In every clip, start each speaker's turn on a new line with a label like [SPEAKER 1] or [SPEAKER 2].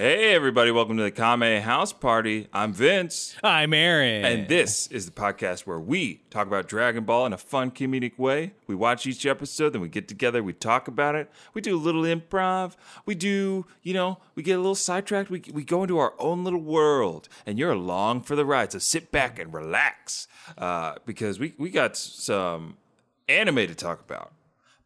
[SPEAKER 1] everybody. Welcome to the Kame House Party. I'm Vince,
[SPEAKER 2] I'm Aaron.
[SPEAKER 1] and this is the podcast where we talk about Dragon Ball in a fun, comedic way. We watch each episode, then we get together, we talk about it. We do a little improv. We do, you know, we get a little sidetracked. We, we go into our own little world, and you're along for the ride. So sit back and relax uh, because we, we got s- some anime to talk about.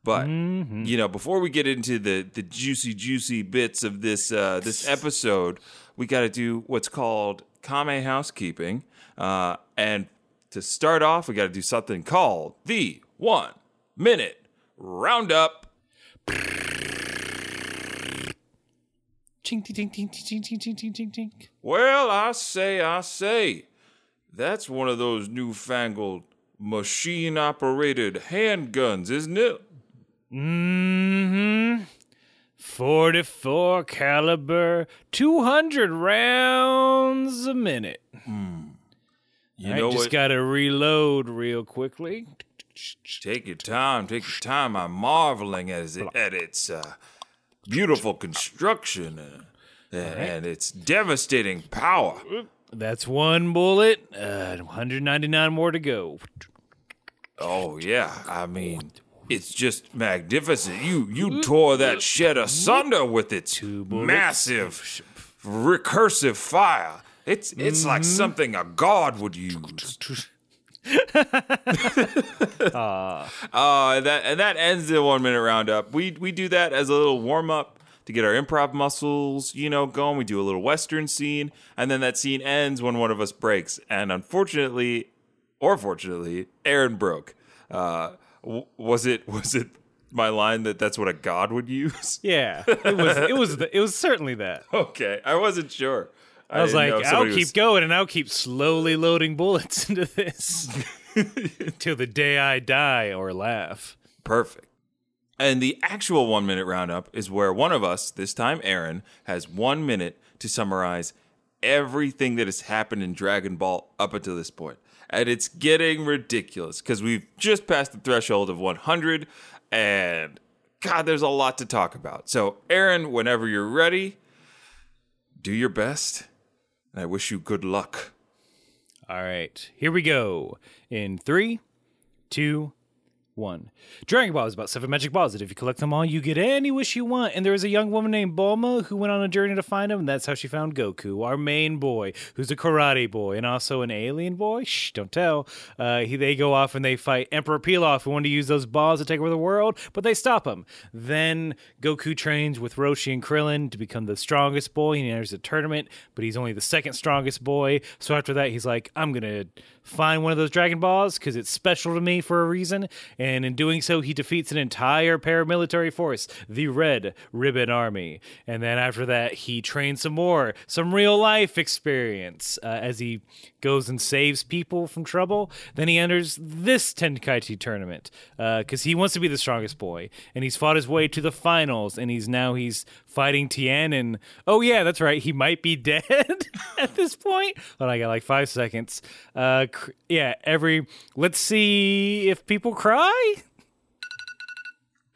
[SPEAKER 1] But
[SPEAKER 2] Mm.
[SPEAKER 1] you know, before we get into the the juicy juicy bits of this uh, this episode, we got to do what's called Kame housekeeping. Uh, and to start off, we got to do something called the one minute roundup.
[SPEAKER 2] Chink, tink, tink, tink, tink, tink, tink, tink, tink.
[SPEAKER 1] Well, I say, I say, that's one of those newfangled machine operated handguns, isn't it?
[SPEAKER 2] Mm-hmm. 44 caliber, 200 rounds a minute.
[SPEAKER 1] You
[SPEAKER 2] I
[SPEAKER 1] know
[SPEAKER 2] just
[SPEAKER 1] what?
[SPEAKER 2] gotta reload real quickly.
[SPEAKER 1] Take your time, take your time. I'm marveling at, it, at its uh, beautiful construction uh, and its devastating power.
[SPEAKER 2] That's one bullet, uh, 199 more to go.
[SPEAKER 1] Oh yeah, I mean, it's just magnificent. You you tore that shed asunder with its massive recursive fire. It's it's like something a god would use. Uh, and that and that ends the one minute roundup. We we do that as a little warm up to get our improv muscles, you know, going. We do a little western scene, and then that scene ends when one of us breaks. And unfortunately, or fortunately, Aaron broke. Uh, w- was it was it my line that that's what a god would use?
[SPEAKER 2] Yeah, it was it was the, it was certainly that.
[SPEAKER 1] okay, I wasn't sure.
[SPEAKER 2] I was
[SPEAKER 1] didn't
[SPEAKER 2] like,
[SPEAKER 1] know if
[SPEAKER 2] I'll
[SPEAKER 1] somebody
[SPEAKER 2] keep
[SPEAKER 1] was-
[SPEAKER 2] going and I'll keep slowly loading bullets into this till the day I die or laugh.
[SPEAKER 1] Perfect. And the actual one minute roundup is where one of us, this time Aaron, has one minute to summarize everything that has happened in Dragon Ball up until this point. And it's getting ridiculous because we've just passed the threshold of 100, and God, there's a lot to talk about. So, Aaron, whenever you're ready, do your best. And I wish you good luck.
[SPEAKER 2] All right, here we go. In three, two, one. Dragon Ball is about seven magic balls that if you collect them all, you get any wish you want. And there is a young woman named Bulma who went on a journey to find them, and that's how she found Goku, our main boy, who's a karate boy and also an alien boy. Shh, don't tell. Uh, he, they go off and they fight Emperor Pilaf, who wanted to use those balls to take over the world, but they stop him. Then Goku trains with Roshi and Krillin to become the strongest boy, and he enters the tournament, but he's only the second strongest boy. So after that, he's like, I'm gonna find one of those Dragon Balls because it's special to me for a reason. And in doing so, he defeats an entire paramilitary force, the Red Ribbon Army. And then after that, he trains some more, some real life experience uh, as he goes and saves people from trouble. Then he enters this Tenkaichi tournament because he wants to be the strongest boy, and he's fought his way to the finals, and he's now he's fighting Tien. And oh yeah, that's right, he might be dead at this point. But I got like five seconds. Uh, cr- yeah, every let's see if people cry.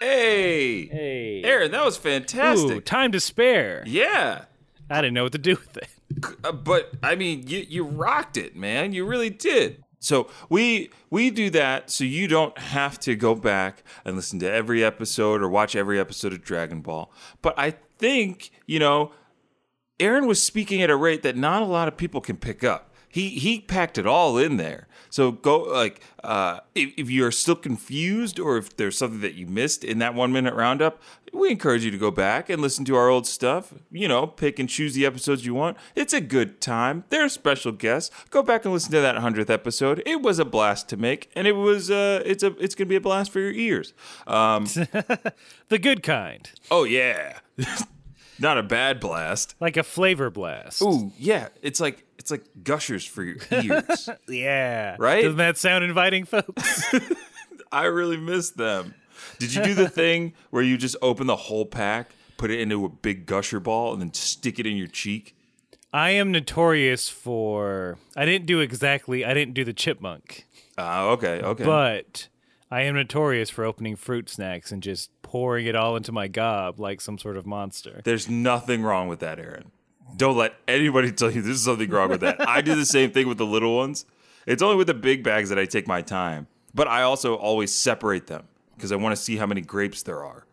[SPEAKER 1] Hey!
[SPEAKER 2] Hey,
[SPEAKER 1] Aaron, that was
[SPEAKER 2] Ooh,
[SPEAKER 1] fantastic.
[SPEAKER 2] time to spare.
[SPEAKER 1] yeah.
[SPEAKER 2] I didn't know what to do with it.
[SPEAKER 1] Uh, but I mean, you you rocked it, man. You really did. So we we do that so you don't have to go back and listen to every episode or watch every episode of Dragon Ball. But I think you know, Aaron was speaking at a rate that not a lot of people can pick up. He he packed it all in there. So go like uh, if, if you're still confused or if there's something that you missed in that one minute roundup, we encourage you to go back and listen to our old stuff. You know, pick and choose the episodes you want. It's a good time. They're special guests. Go back and listen to that hundredth episode. It was a blast to make, and it was uh, it's a it's gonna be a blast for your ears. Um,
[SPEAKER 2] The good kind,
[SPEAKER 1] oh yeah, not a bad blast.
[SPEAKER 2] like a flavor blast.
[SPEAKER 1] Ooh, yeah. It's like it's like gushers for your ears.
[SPEAKER 2] Yeah,
[SPEAKER 1] Right?
[SPEAKER 2] Doesn't that sound inviting, folks?
[SPEAKER 1] I really miss them. Did you do the thing where you just open the whole pack, put it into a big gusher ball, and then stick it in your cheek?
[SPEAKER 2] I am notorious for. I didn't do exactly. I didn't do the chipmunk,
[SPEAKER 1] Ah, okay, okay.
[SPEAKER 2] but I am notorious for opening fruit snacks and just pouring it all into my gob like some sort of monster.
[SPEAKER 1] There's nothing wrong with that, Aaron. Don't let anybody tell you there's something wrong with that. I do the same thing with the little ones. It's only with the big bags that I take my time, but I also always separate them because I want to see how many grapes there are.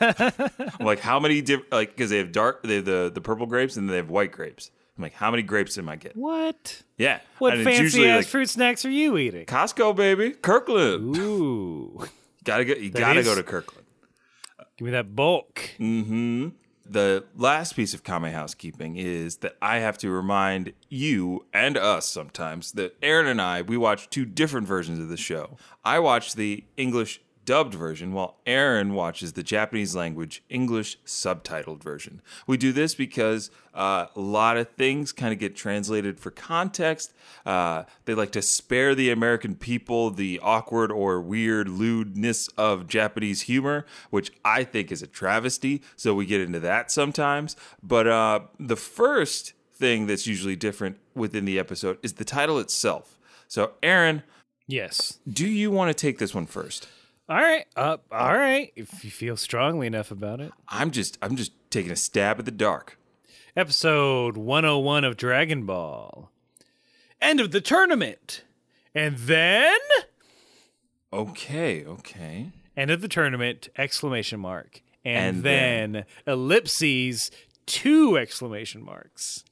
[SPEAKER 1] I'm like how many different like because they have dark they have the the purple grapes and they have white grapes. I'm like how many grapes am I getting?
[SPEAKER 2] What?
[SPEAKER 1] Yeah,
[SPEAKER 2] What
[SPEAKER 1] and it's
[SPEAKER 2] fancy
[SPEAKER 1] usually
[SPEAKER 2] ass
[SPEAKER 1] like
[SPEAKER 2] fruit snacks are you eating?
[SPEAKER 1] Costco, baby, Kirkland.
[SPEAKER 2] Ooh.
[SPEAKER 1] Gotta go. You gotta
[SPEAKER 2] is-
[SPEAKER 1] go to Kirkland.
[SPEAKER 2] Give me that bulk.
[SPEAKER 1] Mm. The last piece of Kame housekeeping is that I have to remind you and us sometimes that Aaron and I we watch two different versions of the show. I watch the English dubbed version while Aaron watches the Japanese language English subtitled version. We do this because uh, a lot of things kind of get translated for context. Uh, they like to spare the American people the awkward or weird lewdness of Japanese humor, which I think is a travesty. So we get into that sometimes. But uh, the first thing that's usually different within the episode is the title itself. So, Aaron,
[SPEAKER 2] Yes.
[SPEAKER 1] do you want to take this one first?
[SPEAKER 2] All right. Uh, all right. If you feel strongly enough about it.
[SPEAKER 1] I'm just, I'm just taking a stab at the dark.
[SPEAKER 2] Episode 101 of Dragon Ball. End of the tournament. And then
[SPEAKER 1] Okay, okay.
[SPEAKER 2] end of the tournament exclamation mark. And,
[SPEAKER 1] And
[SPEAKER 2] then,
[SPEAKER 1] then-
[SPEAKER 2] ellipses two exclamation marks.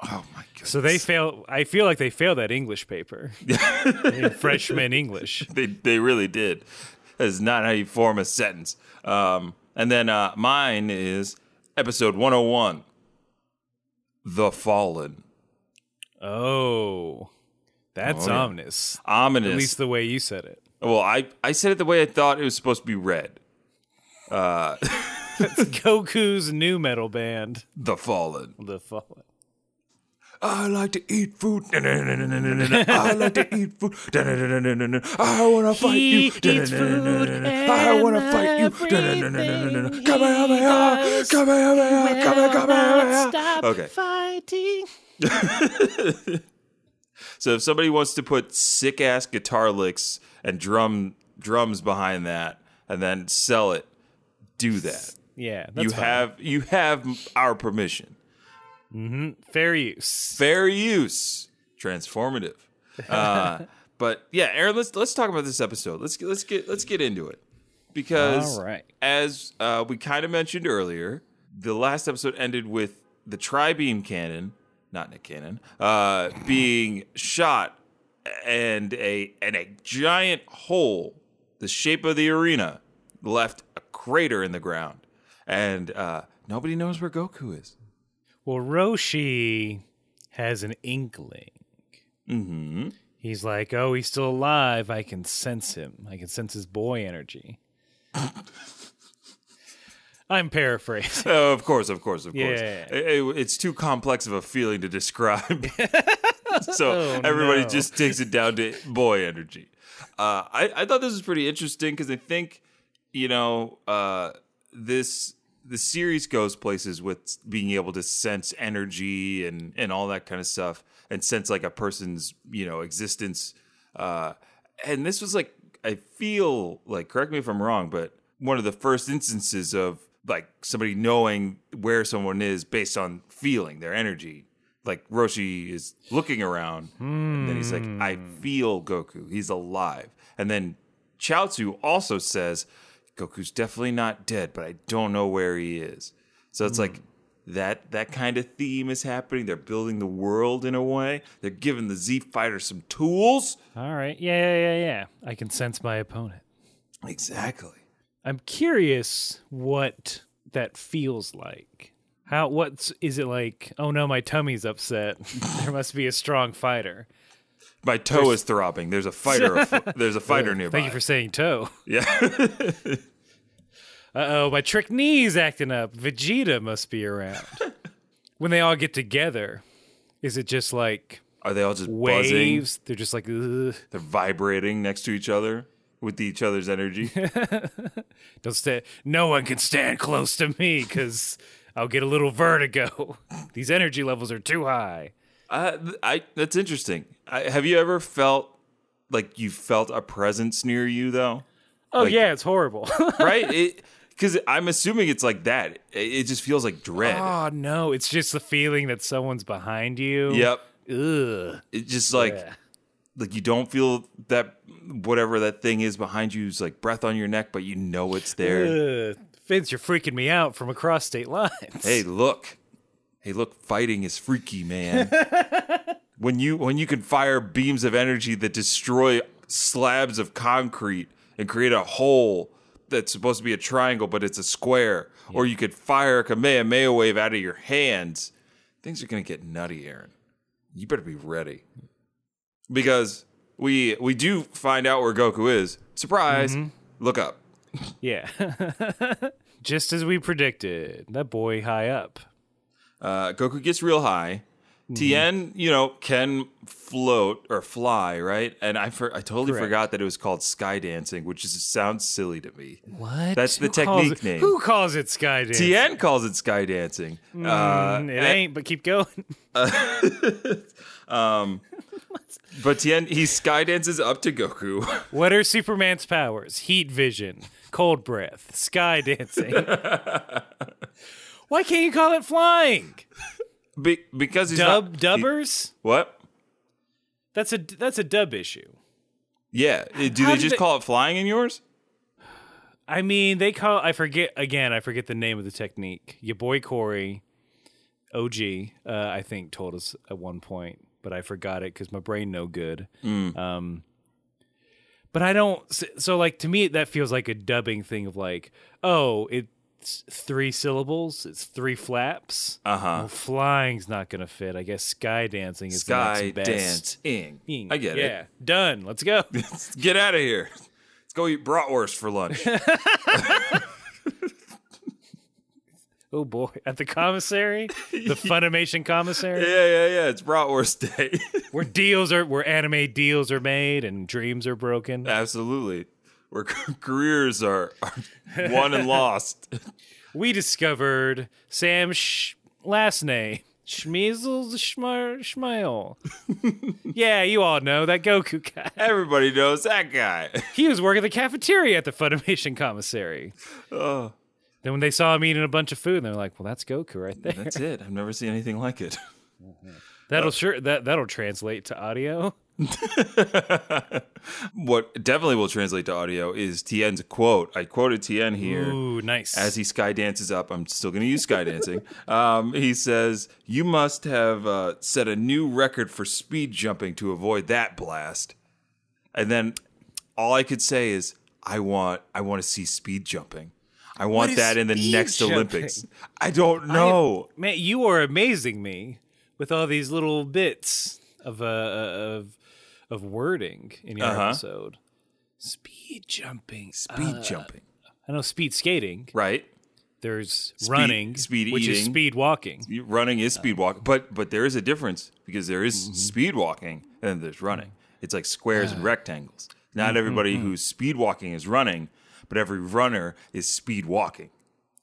[SPEAKER 1] Oh my goodness.
[SPEAKER 2] So they fail I feel like they failed that English paper. in freshman English.
[SPEAKER 1] they they really did. That's not how you form a sentence. Um, and then uh, mine is episode 101 The Fallen.
[SPEAKER 2] Oh. That's
[SPEAKER 1] Oh, yeah.
[SPEAKER 2] ominous.
[SPEAKER 1] Ominous.
[SPEAKER 2] At least the way you said it.
[SPEAKER 1] well, I, I said it the way I thought it was supposed to be read
[SPEAKER 2] Goku's new metal band,
[SPEAKER 1] The Fallen.
[SPEAKER 2] The Fallen.
[SPEAKER 1] I like to eat food. I like to eat food. I want to fight
[SPEAKER 2] He
[SPEAKER 1] you.
[SPEAKER 2] eats food
[SPEAKER 1] I want to
[SPEAKER 2] and
[SPEAKER 1] fight you.
[SPEAKER 2] everything
[SPEAKER 1] Kamehameha.
[SPEAKER 2] he
[SPEAKER 1] Kamehameha. Kamehameha. Okay.
[SPEAKER 2] fighting.
[SPEAKER 1] So if somebody wants to put sick ass guitar licks and drum drums behind that and then sell it, do that.
[SPEAKER 2] Yeah, that's
[SPEAKER 1] you
[SPEAKER 2] fine.
[SPEAKER 1] have you have our permission.
[SPEAKER 2] fair use.
[SPEAKER 1] Fair use, transformative. Uh, but yeah, Aaron, let's let's talk about this episode. Let's get let's get let's get into it because
[SPEAKER 2] All right.
[SPEAKER 1] as uh, we kind of mentioned earlier, the last episode ended with the tri-beam cannon, not Nick Cannon, uh, being shot and a and a giant hole, the shape of the arena, left a crater in the ground, and uh, nobody knows where Goku is.
[SPEAKER 2] Well, Roshi has an inkling.
[SPEAKER 1] Mm-hmm.
[SPEAKER 2] He's like, "Oh, he's still alive. I can sense him. I can sense his boy energy." I'm paraphrasing.
[SPEAKER 1] Oh, of course, of course, of course.
[SPEAKER 2] Yeah.
[SPEAKER 1] I- I- it's too complex of a feeling to describe. so everybody
[SPEAKER 2] Oh, no.
[SPEAKER 1] just takes it down to boy energy. Uh, I, I thought this was pretty interesting because I think, you know, uh, this the series goes places with being able to sense energy and and all that kind of stuff and sense like a person's you know existence. Uh, and this was like I feel like correct me if I'm wrong, but one of the first instances of like somebody knowing where someone is based on feeling their energy. Like Roshi is looking around, and then he's like, "I
[SPEAKER 2] Hmm.
[SPEAKER 1] feel Goku. He's alive." And then Chaozu also says, "Goku's definitely not dead, but I don't know where he is." So
[SPEAKER 2] Hmm.
[SPEAKER 1] it's like that that kind of theme is happening. They're building the world in a way. They're giving the Z Fighter some tools.
[SPEAKER 2] All right. Yeah, yeah, yeah, yeah. I can sense my opponent.
[SPEAKER 1] Exactly.
[SPEAKER 2] I'm curious what that feels like. How what's is it like? Oh no, my tummy's upset. there must be a strong fighter.
[SPEAKER 1] My toe is throbbing. There's a fighter. afo- there's a fighter nearby.
[SPEAKER 2] Thank you for saying toe.
[SPEAKER 1] yeah.
[SPEAKER 2] Uh oh, my trick knee's acting up. Vegeta must be around. when they all get together, is it just like
[SPEAKER 1] Are they all just buzzing?
[SPEAKER 2] waves? They're just like Ugh.
[SPEAKER 1] They're vibrating next to each other with each other's energy.
[SPEAKER 2] don't stand. No one can stand close to me because I'll get a little vertigo. These energy levels are too high.
[SPEAKER 1] Uh, th- I that's interesting. I, have you ever felt like you felt a presence near you though?
[SPEAKER 2] Oh
[SPEAKER 1] Like-
[SPEAKER 2] yeah, it's horrible.
[SPEAKER 1] Right? it because I'm assuming it's like that. It, it just feels like dread.
[SPEAKER 2] Oh no, it's just the feeling that someone's behind you.
[SPEAKER 1] Yep.
[SPEAKER 2] Ugh.
[SPEAKER 1] It's just like
[SPEAKER 2] Yeah.
[SPEAKER 1] like you don't feel that whatever that thing is behind you is like breath on your neck, but you know it's there.
[SPEAKER 2] Ugh. Vince, you're freaking me out from across state lines.
[SPEAKER 1] hey, look. Hey, look, fighting is freaky, man. when you when you can fire beams of energy that destroy slabs of concrete and create a hole that's supposed to be a triangle, but it's a square, or you could fire a Kamehameha wave out of your hands, things are gonna get nutty, Aaron. You better be ready. Because we we do find out where Goku is. Surprise. Look up.
[SPEAKER 2] Yeah. just as we predicted. That boy high up.
[SPEAKER 1] Uh, Goku gets real high.
[SPEAKER 2] Mm-hmm.
[SPEAKER 1] Tien, you know, can float or fly, right? And I for, I totally forgot that it was called sky dancing, which is, sounds silly to me.
[SPEAKER 2] What?
[SPEAKER 1] That's the
[SPEAKER 2] calls
[SPEAKER 1] technique
[SPEAKER 2] it-
[SPEAKER 1] name.
[SPEAKER 2] Who calls it sky dance?
[SPEAKER 1] Tien calls it sky dancing. Uh,
[SPEAKER 2] Mm, it ain't, but keep going.
[SPEAKER 1] but Tien, he sky dances up to Goku.
[SPEAKER 2] What are Superman's powers? Heat vision, cold breath, sky dancing. Why can't you call it flying?
[SPEAKER 1] Be- because he's
[SPEAKER 2] Dub
[SPEAKER 1] not,
[SPEAKER 2] dubbers?
[SPEAKER 1] what?
[SPEAKER 2] That's a that's a dub issue.
[SPEAKER 1] Yeah. Do
[SPEAKER 2] How
[SPEAKER 1] they
[SPEAKER 2] did
[SPEAKER 1] just
[SPEAKER 2] they-
[SPEAKER 1] call it flying in yours?
[SPEAKER 2] I mean, they call I forget again. I forget the name of the technique. Your boy Corey, OG, uh, I think told us at one point, but I forgot it because my brain no good. Um,
[SPEAKER 1] Mm.
[SPEAKER 2] but I don't. s- So like to me, that feels like a dubbing thing of like, oh, it's three syllables, it's three flaps.
[SPEAKER 1] Uh huh.
[SPEAKER 2] Well, flying's not gonna fit. I guess sky dancing is the
[SPEAKER 1] Sky
[SPEAKER 2] next best.
[SPEAKER 1] dancing. I get it.
[SPEAKER 2] Yeah, done. Let's go.
[SPEAKER 1] Get out of here. Let's go eat bratwurst for lunch.
[SPEAKER 2] oh boy, at the commissary, the Funimation commissary.
[SPEAKER 1] yeah, yeah, yeah. It's bratwurst day.
[SPEAKER 2] where deals are where anime deals are made and dreams are broken.
[SPEAKER 1] Absolutely. Where c- careers are, are won and lost.
[SPEAKER 2] We discovered Sam's sh- last name. Schmeezel Schmar Schmiel. yeah, you all know that Goku guy.
[SPEAKER 1] Everybody knows that guy.
[SPEAKER 2] He was working the cafeteria at the Funimation commissary.
[SPEAKER 1] Oh,
[SPEAKER 2] Then when they saw him eating a bunch of food, they're like, "Well, that's Goku right there.
[SPEAKER 1] that's it. I've never seen anything like it.
[SPEAKER 2] That'll sure that that'll translate to audio."
[SPEAKER 1] What definitely will translate to audio is Tien's quote. I quoted Tien here.
[SPEAKER 2] Ooh, nice.
[SPEAKER 1] As he sky dances up, I'm still going to use sky dancing. Um, he says, You must have uh, set a new record for speed jumping to avoid that blast. And then all I could say is, I want, I want to see speed jumping. I want
[SPEAKER 2] is
[SPEAKER 1] that in the
[SPEAKER 2] speed
[SPEAKER 1] next
[SPEAKER 2] jumping?
[SPEAKER 1] Olympics. I don't know.
[SPEAKER 2] Man, you are amazing me with all these little bits of uh, of of wording in your
[SPEAKER 1] Uh-huh.
[SPEAKER 2] episode. Speed jumping.
[SPEAKER 1] speed jumping,
[SPEAKER 2] I know speed skating.
[SPEAKER 1] right?
[SPEAKER 2] There's running,
[SPEAKER 1] speed
[SPEAKER 2] which is
[SPEAKER 1] eating.
[SPEAKER 2] speed walking.
[SPEAKER 1] You- Running is speed walking, but but there is a difference because there is
[SPEAKER 2] Mm-hmm.
[SPEAKER 1] speed walking and then there's running. It's like squares and rectangles.
[SPEAKER 2] Mm-hmm,
[SPEAKER 1] Not everybody who's speed walking is running, but every runner is speed walking.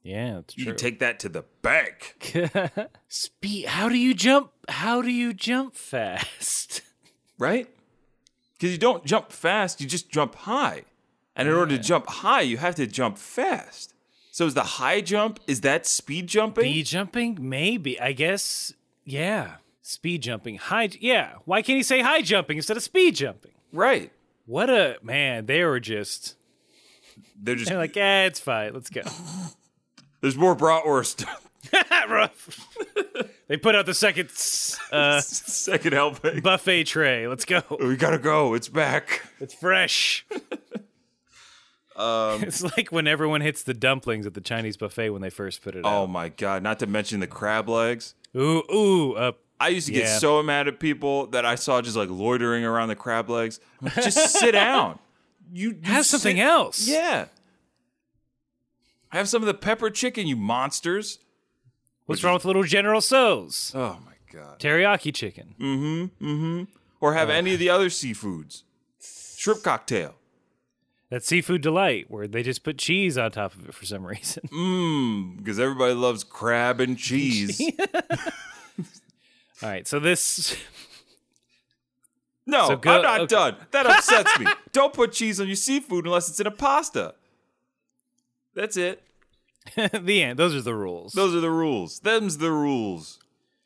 [SPEAKER 2] Yeah, that's
[SPEAKER 1] You
[SPEAKER 2] true.
[SPEAKER 1] can take that to the bank.
[SPEAKER 2] speed. How do you jump? How do you jump fast?
[SPEAKER 1] right? Because you don't jump fast, you just jump high. And in order to jump high, you have to jump fast. So is the high jump, is that speed jumping?
[SPEAKER 2] Speed jumping, maybe. I guess. Yeah, speed jumping. High. Yeah. Why can't he say high jumping instead of speed jumping?
[SPEAKER 1] Right.
[SPEAKER 2] What a man! They were just.
[SPEAKER 1] They're just,
[SPEAKER 2] They're like, yeah, it's fine. Let's go.
[SPEAKER 1] there's more bratwurst.
[SPEAKER 2] they put out the second s- uh,
[SPEAKER 1] Second helping.
[SPEAKER 2] buffet tray. Let's go.
[SPEAKER 1] we gotta go, it's back.
[SPEAKER 2] It's fresh. it's like when everyone hits the dumplings at the Chinese buffet when they first put it
[SPEAKER 1] Oh my god, not to mention the crab legs.
[SPEAKER 2] out. Ooh, ooh, uh,
[SPEAKER 1] I used to get
[SPEAKER 2] Yeah.
[SPEAKER 1] so mad at people that I saw just like loitering around the crab legs. I'm like, just sit down. You, you
[SPEAKER 2] have something
[SPEAKER 1] sit-
[SPEAKER 2] else.
[SPEAKER 1] Yeah. Have some of the pepper chicken, you monsters.
[SPEAKER 2] What's wrong with little General So's?
[SPEAKER 1] Oh my god.
[SPEAKER 2] Teriyaki chicken.
[SPEAKER 1] Or
[SPEAKER 2] Oh.
[SPEAKER 1] have any of the other seafoods. Shrimp cocktail.
[SPEAKER 2] That seafood delight where they just put cheese on top of it for some reason.
[SPEAKER 1] Because everybody loves crab and cheese.
[SPEAKER 2] All right, so this
[SPEAKER 1] No,
[SPEAKER 2] So go-
[SPEAKER 1] I'm not
[SPEAKER 2] okay.
[SPEAKER 1] done. That upsets me. Don't put cheese on your seafood unless it's in a pasta. That's it.
[SPEAKER 2] the end. Those are the rules.
[SPEAKER 1] Those are the rules. Them's the rules.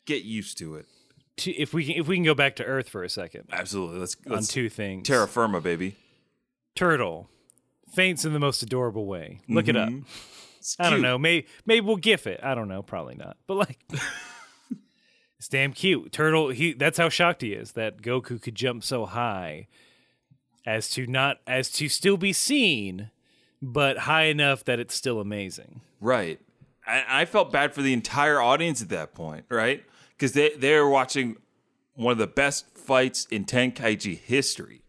[SPEAKER 1] Get used to it.
[SPEAKER 2] T- if we can, if we can go back to Earth for a second
[SPEAKER 1] Absolutely. Let's
[SPEAKER 2] on
[SPEAKER 1] let's
[SPEAKER 2] two things.
[SPEAKER 1] terra firma, baby.
[SPEAKER 2] Turtle faints in the most adorable way. Look it
[SPEAKER 1] Mm-hmm.
[SPEAKER 2] up.
[SPEAKER 1] It's
[SPEAKER 2] I don't
[SPEAKER 1] cute.
[SPEAKER 2] know. Maybe maybe we'll gif it. I don't know. Probably not. But like, it's damn cute. Turtle. He. That's how shocked he is that Goku could jump so high as to not as to still be seen, but high enough that it's still amazing.
[SPEAKER 1] Right. I, I felt bad for the entire audience at that point, right? Because they they're watching one of the best fights in Tenkaichi history,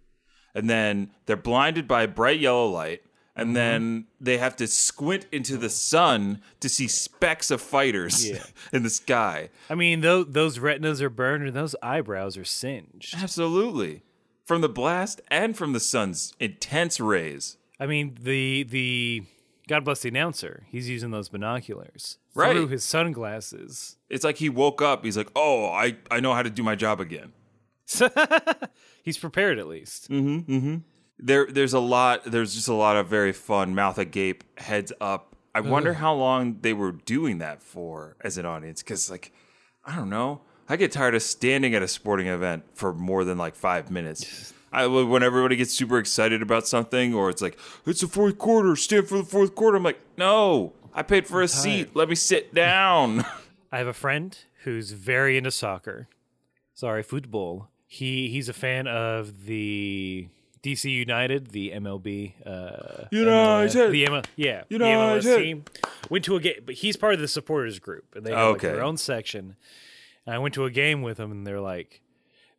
[SPEAKER 1] and then they're blinded by bright yellow light, and
[SPEAKER 2] Mm-hmm.
[SPEAKER 1] then they have to squint into the sun to see specks of fighters
[SPEAKER 2] Yeah.
[SPEAKER 1] in the sky.
[SPEAKER 2] I mean, those those retinas are burned and those eyebrows are singed.
[SPEAKER 1] Absolutely, from the blast and from the sun's intense rays.
[SPEAKER 2] I mean, the the God bless the announcer. He's using those binoculars
[SPEAKER 1] Right.
[SPEAKER 2] through his sunglasses.
[SPEAKER 1] It's like he woke up. He's like, "Oh, I I know how to do my job again."
[SPEAKER 2] He's prepared at least.
[SPEAKER 1] there there's a lot there's just a lot of very fun mouth agape heads up i wonder how long they were doing that for as an audience because like i don't know i get tired of standing at a sporting event for more than like five minutes I, when everybody gets super excited about something or it's like it's the fourth quarter stand for the fourth quarter i'm like no i paid for a seat let me sit down
[SPEAKER 2] I have a friend who's very into soccer. Sorry, football. He he's a fan of the DC United, the MLB, uh,
[SPEAKER 1] United.
[SPEAKER 2] the ML, yeah, the MLS
[SPEAKER 1] United.
[SPEAKER 2] team. Went to a game, but he's part of the supporters group, and they have like,
[SPEAKER 1] Okay.
[SPEAKER 2] their own section. And I went to a game with him, and they're like,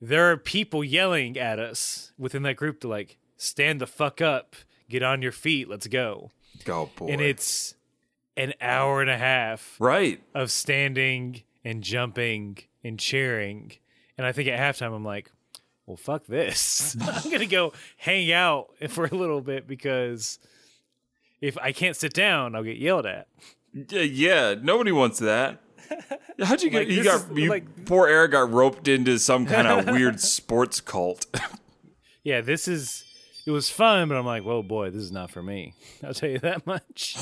[SPEAKER 2] there are people yelling at us within that group to like stand the fuck up, get on your feet, let's go.
[SPEAKER 1] go "Oh, boy
[SPEAKER 2] And it's an hour and a half
[SPEAKER 1] right
[SPEAKER 2] of standing and jumping and cheering. And I think at halftime, I'm like, well, fuck this. I'm going to go hang out for a little bit because if I can't sit down, I'll get yelled at.
[SPEAKER 1] Yeah, yeah, nobody wants that. How'd you get?
[SPEAKER 2] Like,
[SPEAKER 1] you
[SPEAKER 2] this
[SPEAKER 1] got
[SPEAKER 2] is,
[SPEAKER 1] you,
[SPEAKER 2] like-
[SPEAKER 1] poor Eric got roped into some kind of weird sports cult.
[SPEAKER 2] Yeah, this is, it was fun, but I'm like, whoa, boy, this is not for me. I'll tell you that much.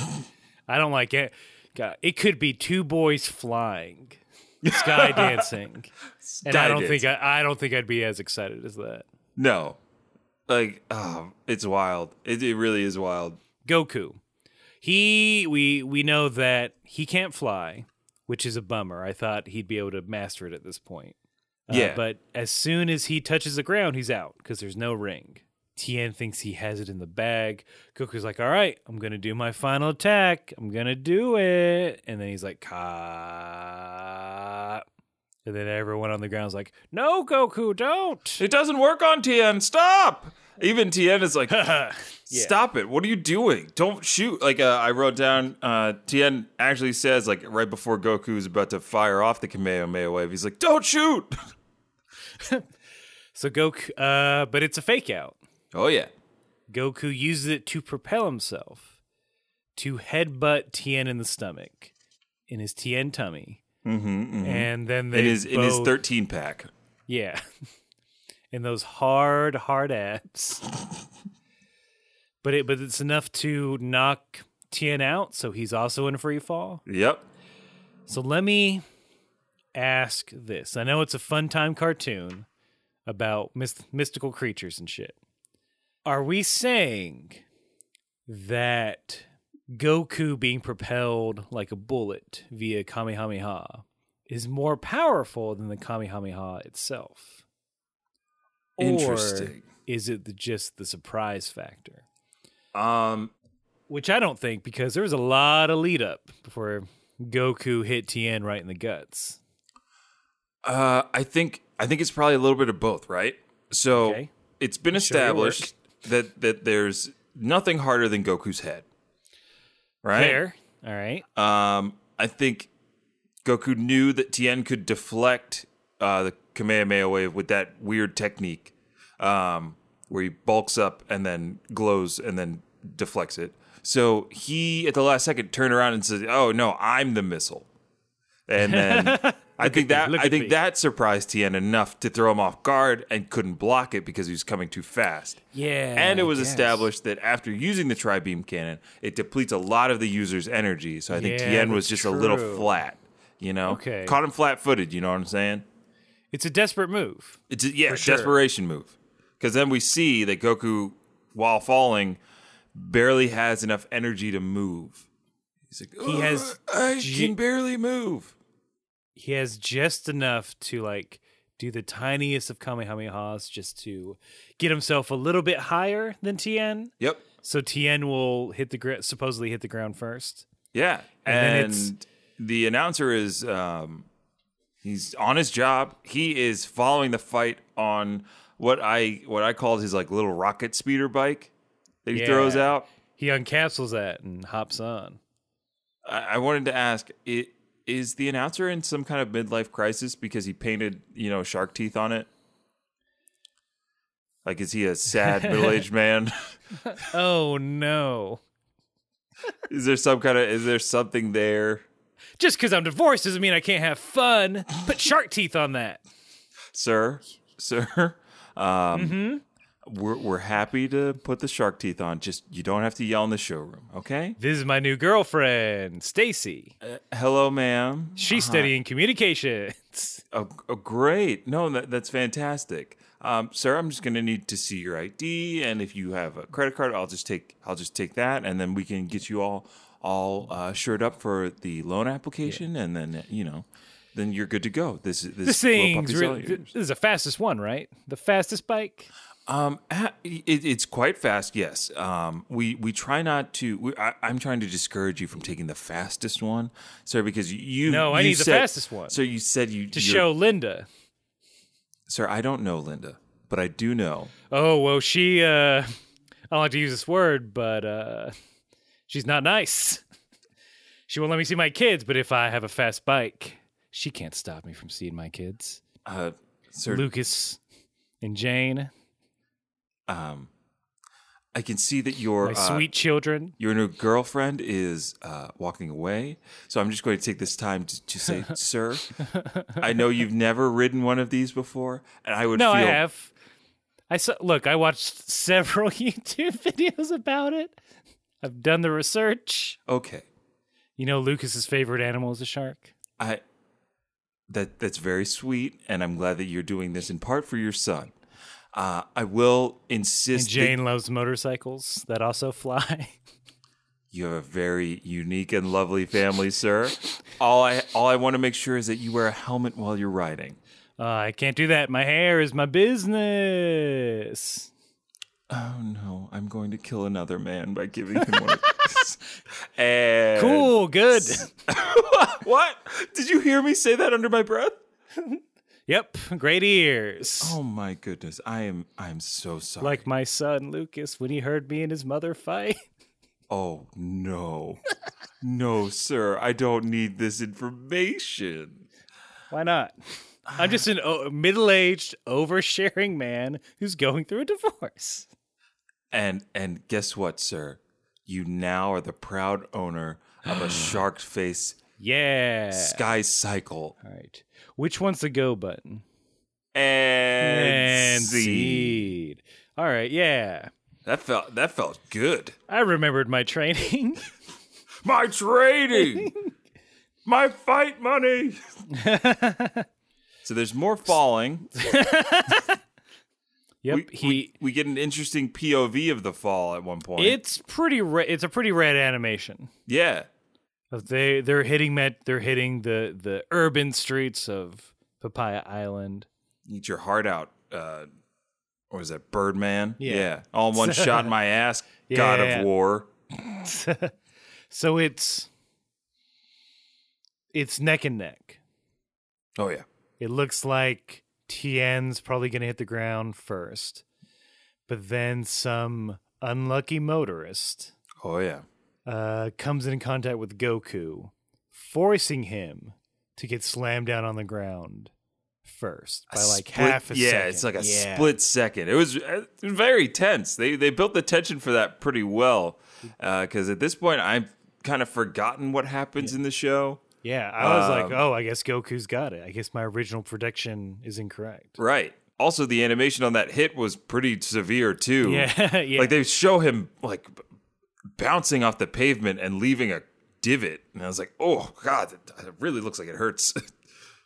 [SPEAKER 2] I don't like it. God, it could be two boys flying, sky dancing. And I don't think I, I don't think I'd be as excited as that.
[SPEAKER 1] no, like oh, it's wild. It, it really is wild.
[SPEAKER 2] Goku. He we we know that he can't fly, which is a bummer. I thought he'd be able to master it at this point. Uh,
[SPEAKER 1] Yeah.
[SPEAKER 2] But as soon as he touches the ground, he's out because there's no ring. Tien thinks he has it in the bag. Goku's like, "All right, I'm gonna do my final attack. I'm gonna do it." And then he's like, "Ka." And then everyone on the ground's like, "No, Goku, don't."
[SPEAKER 1] It doesn't work on Tien. Stop. Even Tien is like, stop it. What are you doing? Don't shoot. Like uh, I wrote down, uh, Tien actually says like right before Goku is about to fire off the Kamehameha wave, he's like, don't shoot.
[SPEAKER 2] So Goku, uh, but it's a fake out.
[SPEAKER 1] oh yeah.
[SPEAKER 2] Goku uses it to propel himself to headbutt Tien in the stomach, in his Tien tummy, mm-hmm, and then they
[SPEAKER 1] It is.
[SPEAKER 2] both,
[SPEAKER 1] It is thirteen pack.
[SPEAKER 2] yeah, in those hard hard abs. but it but it's enough to knock Tien out, so he's also in free fall.
[SPEAKER 1] Yep.
[SPEAKER 2] So let me ask this. I know it's a fun time cartoon about myst- mystical creatures and shit. Are we saying that Goku being propelled like a bullet via Kamehameha is more powerful than the Kamehameha itself?
[SPEAKER 1] Interesting.
[SPEAKER 2] Or is it the, just the surprise factor?
[SPEAKER 1] Um,
[SPEAKER 2] Which I don't think because there was a lot of lead up before Goku hit Tien right in the guts.
[SPEAKER 1] uh, I think I think it's probably a little bit of both, right? So
[SPEAKER 2] Okay.
[SPEAKER 1] it's been established that that there's nothing harder than Goku's head, right?
[SPEAKER 2] Fair. All right.
[SPEAKER 1] Um, I think Goku knew that Tien could deflect uh, the Kamehameha wave with that weird technique um, where he bulks up and then glows and then deflects it. So he, at the last second, turned around and said, Oh, no, I'm the missile. And then I think
[SPEAKER 2] me,
[SPEAKER 1] that
[SPEAKER 2] look
[SPEAKER 1] I
[SPEAKER 2] at
[SPEAKER 1] think
[SPEAKER 2] me.
[SPEAKER 1] that surprised Tien enough to throw him off guard and couldn't block it because he was coming too fast.
[SPEAKER 2] Yeah,
[SPEAKER 1] And it
[SPEAKER 2] I
[SPEAKER 1] was
[SPEAKER 2] guess.
[SPEAKER 1] established that after using the tri beam cannon, it depletes a lot of the user's energy. So I think
[SPEAKER 2] Yeah,
[SPEAKER 1] Tien was
[SPEAKER 2] that's
[SPEAKER 1] just a little
[SPEAKER 2] true.
[SPEAKER 1] flat. You know,
[SPEAKER 2] Okay.
[SPEAKER 1] caught him flat-footed. You know what I'm saying?
[SPEAKER 2] It's a desperate move.
[SPEAKER 1] It's a, yeah,
[SPEAKER 2] sure.
[SPEAKER 1] desperation move. Because then we see that Goku, while falling, barely has enough energy to move. He's like,
[SPEAKER 2] He has
[SPEAKER 1] "Ugh, I
[SPEAKER 2] ju-
[SPEAKER 1] can barely move.
[SPEAKER 2] He has just enough to like do the tiniest of kamehamehas just to get himself a little bit higher than Tien.
[SPEAKER 1] Yep.
[SPEAKER 2] So Tien will hit the gr- supposedly hit the ground first.
[SPEAKER 1] Yeah.
[SPEAKER 2] then
[SPEAKER 1] And,
[SPEAKER 2] it's-
[SPEAKER 1] the announcer is um he's on his job. He is following the fight on what I what I called his like little rocket speeder bike that he
[SPEAKER 2] Yeah.
[SPEAKER 1] throws out.
[SPEAKER 2] He uncapsules that and hops on.
[SPEAKER 1] I, I wanted to ask i- is the announcer in some kind of midlife crisis because he painted, you know, shark teeth on it? Like, is he a sad middle aged man?
[SPEAKER 2] Oh no.
[SPEAKER 1] Is there some kind of, is there something there?
[SPEAKER 2] Just because I'm divorced doesn't mean I can't have fun. Put shark teeth on that.
[SPEAKER 1] sir, sir.
[SPEAKER 2] Mm-hmm.
[SPEAKER 1] Um, we're, we're happy to put the shark teeth on. Just you don't have to yell in the showroom, okay?
[SPEAKER 2] This is my new girlfriend, Stacy.
[SPEAKER 1] Hello, ma'am.
[SPEAKER 2] She's studying communications.
[SPEAKER 1] Oh, oh, great. No, that, that's fantastic. Um, sir, I'm just gonna need to see your ID, and if you have a credit card, I'll just take I'll just take that, and then we can get you all all uh, shirt up for the loan application, and then you know, then you're good to go. This is this,
[SPEAKER 2] This
[SPEAKER 1] little
[SPEAKER 2] thing's
[SPEAKER 1] puppy's all
[SPEAKER 2] really,
[SPEAKER 1] yours.
[SPEAKER 2] this is the fastest one, right? The fastest bike.
[SPEAKER 1] Um, ha- it, it's quite fast. Yes. Um, we we try not to. We, I, I'm trying to discourage you from taking the fastest one, sir, because you.
[SPEAKER 2] No, I
[SPEAKER 1] you
[SPEAKER 2] need the
[SPEAKER 1] said-
[SPEAKER 2] fastest one.
[SPEAKER 1] Sir, you said you
[SPEAKER 2] To show Linda.
[SPEAKER 1] Sir, I don't know Linda, but I do know.
[SPEAKER 2] Oh well, she. uh I don't like to use this word, but uh she's not nice. She won't let me see my kids, but if I have a fast bike, she can't stop me from seeing my kids.
[SPEAKER 1] Uh, sir,
[SPEAKER 2] Lucas and Jane,
[SPEAKER 1] um, I can see that your
[SPEAKER 2] my
[SPEAKER 1] uh,
[SPEAKER 2] sweet children.
[SPEAKER 1] your new girlfriend is uh, walking away, so I'm just going to take this time to, to say, sir, I know you've never ridden one of these before, and I would
[SPEAKER 2] No,
[SPEAKER 1] feel
[SPEAKER 2] I have. I saw. Look, I watched several YouTube videos about it. I've done the research.
[SPEAKER 1] okay.
[SPEAKER 2] You know, Lucas's favorite animal is a shark.
[SPEAKER 1] I that that's very sweet, and I'm glad that you're doing this in part for your son. Uh, I will
[SPEAKER 2] And
[SPEAKER 1] insist
[SPEAKER 2] Jane
[SPEAKER 1] that
[SPEAKER 2] loves motorcycles that also fly.
[SPEAKER 1] you have a very unique and lovely family, sir. All I all I want to make sure is that you wear a helmet while you're riding.
[SPEAKER 2] Uh, I can't do that. My hair is my business.
[SPEAKER 1] Oh no, I'm going to kill another man by giving him one of these. And-
[SPEAKER 2] Cool, good.
[SPEAKER 1] what? Did you hear me say that under my breath?
[SPEAKER 2] yep, great ears.
[SPEAKER 1] Oh my goodness, I am I'm so sorry.
[SPEAKER 2] Like my son Lucas when he heard me and his mother fight.
[SPEAKER 1] Oh no. no, sir. I don't need this information.
[SPEAKER 2] Why not? I'm
[SPEAKER 1] Ah.
[SPEAKER 2] just an o- middle-aged, oversharing man who's going through a divorce.
[SPEAKER 1] And and guess what, sir? You now are the proud owner of a shark face
[SPEAKER 2] Yeah.
[SPEAKER 1] sky cycle.
[SPEAKER 2] All right. Which one's the go button?
[SPEAKER 1] And, Z.
[SPEAKER 2] seed. All right. Yeah.
[SPEAKER 1] That felt that felt good.
[SPEAKER 2] I remembered my training.
[SPEAKER 1] My trading. My fight money. so there's more falling.
[SPEAKER 2] yep.
[SPEAKER 1] We,
[SPEAKER 2] he.
[SPEAKER 1] we, we get an interesting POV of the fall at one point.
[SPEAKER 2] It's pretty. Ra- it's a pretty rad animation.
[SPEAKER 1] yeah.
[SPEAKER 2] Of They they're hitting met. They're hitting the the urban streets of Papaya Island.
[SPEAKER 1] eat your heart out. Uh, or was that Birdman?
[SPEAKER 2] Yeah.
[SPEAKER 1] All in one shot in my ass.
[SPEAKER 2] Yeah,
[SPEAKER 1] God
[SPEAKER 2] yeah, yeah.
[SPEAKER 1] of War.
[SPEAKER 2] So it's it's neck and neck.
[SPEAKER 1] Oh, yeah.
[SPEAKER 2] It looks like Tien's probably going to hit the ground first, but then some unlucky motorist
[SPEAKER 1] Oh, yeah.
[SPEAKER 2] uh, comes in contact with Goku, forcing him to get slammed down on the ground first by
[SPEAKER 1] Split-
[SPEAKER 2] like half a
[SPEAKER 1] yeah,
[SPEAKER 2] second.
[SPEAKER 1] it's like a
[SPEAKER 2] Yeah.
[SPEAKER 1] split second. It was uh, very tense. They they built the tension for that uh, pretty well. Because at this point, I've kind of forgotten what happens in the show.
[SPEAKER 2] Yeah, I was
[SPEAKER 1] Um,
[SPEAKER 2] like, oh, I guess Goku's got it. I guess my original prediction is incorrect.
[SPEAKER 1] Right. Also, the animation on that hit was pretty severe too.
[SPEAKER 2] Yeah, yeah.
[SPEAKER 1] Like they show him like b- bouncing off the pavement and leaving a divot, and I was like, "Oh God, that that really looks like it hurts."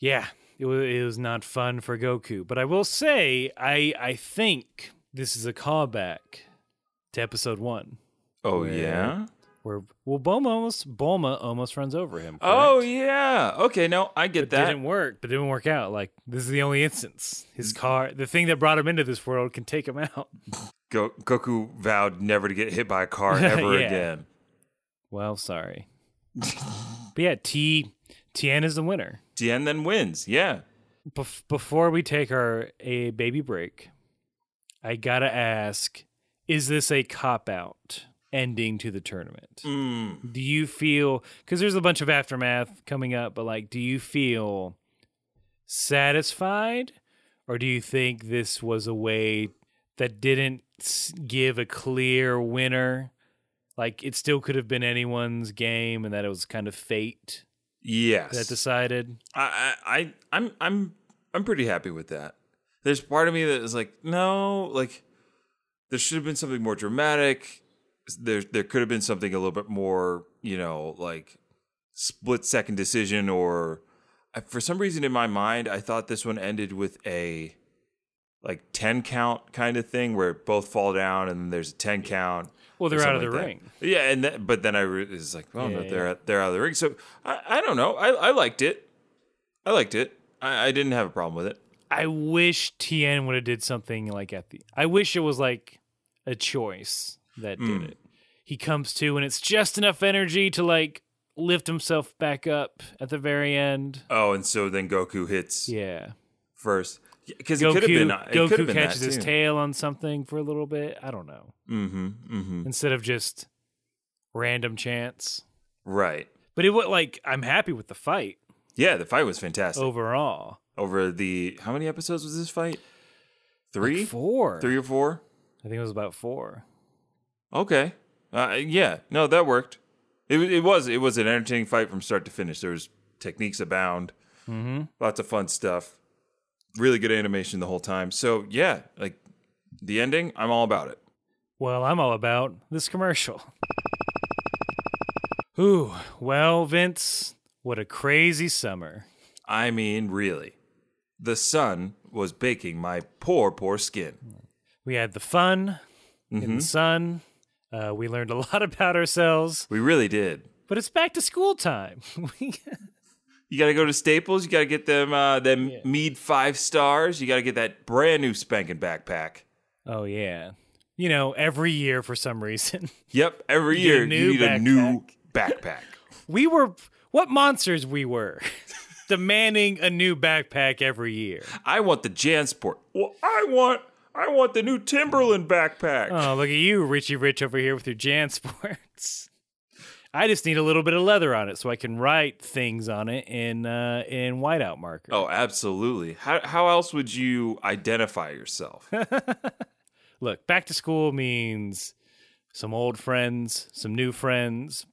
[SPEAKER 2] Yeah, it was, it was not fun for Goku. But I will say, I I think this is a callback to episode one,
[SPEAKER 1] oh yeah.
[SPEAKER 2] where well, Bulma almost Bulma almost runs over him.
[SPEAKER 1] Oh yeah. Okay, no, I get that.
[SPEAKER 2] didn't work, but didn't work out. Like this is the only instance his car, the thing that brought him into this world, can take him out.
[SPEAKER 1] Go- Goku vowed never to get hit by a car ever
[SPEAKER 2] Yeah.
[SPEAKER 1] again.
[SPEAKER 2] Well, sorry. but yeah, T Tien is the winner.
[SPEAKER 1] Tien then wins. Yeah.
[SPEAKER 2] Bef- before we take our a baby break, I gotta ask: Is this a cop out ending to the tournament?
[SPEAKER 1] Mm.
[SPEAKER 2] Do you feel because there's a bunch of aftermath coming up, but like, do you feel satisfied, or do you think this was a way that didn't s- give a clear winner? Like, it still could have been anyone's game, and that it was kind of fate
[SPEAKER 1] Yes.
[SPEAKER 2] that decided.
[SPEAKER 1] I, I, I- I'm, I'm, I'm pretty happy with that. There's part of me that is like, no, like there should have been something more dramatic. There, there could have been something a little bit more, you know, like split second decision. Or I, for some reason in my mind, I thought this one ended with a like ten count kind of thing where both fall down and then there's a ten count.
[SPEAKER 2] Well, they're
[SPEAKER 1] or
[SPEAKER 2] out of
[SPEAKER 1] something
[SPEAKER 2] the
[SPEAKER 1] like that.
[SPEAKER 2] ring.
[SPEAKER 1] Yeah, and that, but then I re- it's like, well, no,
[SPEAKER 2] Yeah,
[SPEAKER 1] they're they're out of the ring. So I, I don't know. I, I liked it. I liked it. I, I didn't have a problem with it.
[SPEAKER 2] I wish TN would have did something like at the. I wish it was like a choice that did
[SPEAKER 1] Hmm.
[SPEAKER 2] it. He comes to and it's just enough energy to like lift himself back up at the very end.
[SPEAKER 1] Oh, and so then Goku hits
[SPEAKER 2] Yeah,
[SPEAKER 1] first because it could have
[SPEAKER 2] Goku.
[SPEAKER 1] been uh, it could have
[SPEAKER 2] Goku
[SPEAKER 1] been
[SPEAKER 2] catches
[SPEAKER 1] that
[SPEAKER 2] his
[SPEAKER 1] too.
[SPEAKER 2] tail on something for a little bit. I don't know.
[SPEAKER 1] hmm hmm
[SPEAKER 2] Instead of just random chance,
[SPEAKER 1] Right.
[SPEAKER 2] but it would like I'm happy with the fight
[SPEAKER 1] Yeah, the fight was
[SPEAKER 2] Oh.
[SPEAKER 1] fantastic.
[SPEAKER 2] overall.
[SPEAKER 1] Over the how many episodes was this fight? Three,
[SPEAKER 2] Four.
[SPEAKER 1] three or four?
[SPEAKER 2] I think it was about four.
[SPEAKER 1] Okay. Uh, yeah. No, that worked. It wa- it was it was an entertaining fight from start to finish. There was techniques abound. Mm-hmm. Lots of fun stuff. Really good animation the whole time. So yeah, like the ending, I'm all about it.
[SPEAKER 2] Well, I'm all about this commercial. Ooh, well, Vince, what a crazy summer.
[SPEAKER 1] I mean, really, the sun was baking my poor, poor skin.
[SPEAKER 2] We had the fun in the sun. Uh, we learned a lot about ourselves,
[SPEAKER 1] We really did.
[SPEAKER 2] but it's back to school time. We-
[SPEAKER 1] You got to go to Staples. You got to get them uh, them Mead five stars. You got to get that brand new spanking backpack.
[SPEAKER 2] oh, yeah. You know, every year for some reason.
[SPEAKER 1] Yep, every
[SPEAKER 2] You get a
[SPEAKER 1] year
[SPEAKER 2] new
[SPEAKER 1] you need a new backpack.
[SPEAKER 2] We were, what monsters we were, demanding a new backpack every year.
[SPEAKER 1] I want the JanSport. Well, I want I want the new Timberland backpack.
[SPEAKER 2] Oh, look at you, Richie Rich over here with your Jan Sports. I just need a little bit of leather on it so I can write things on it in uh, in whiteout marker.
[SPEAKER 1] oh, absolutely. How how else would you identify yourself?
[SPEAKER 2] Look, back to school means some old friends, some new friends,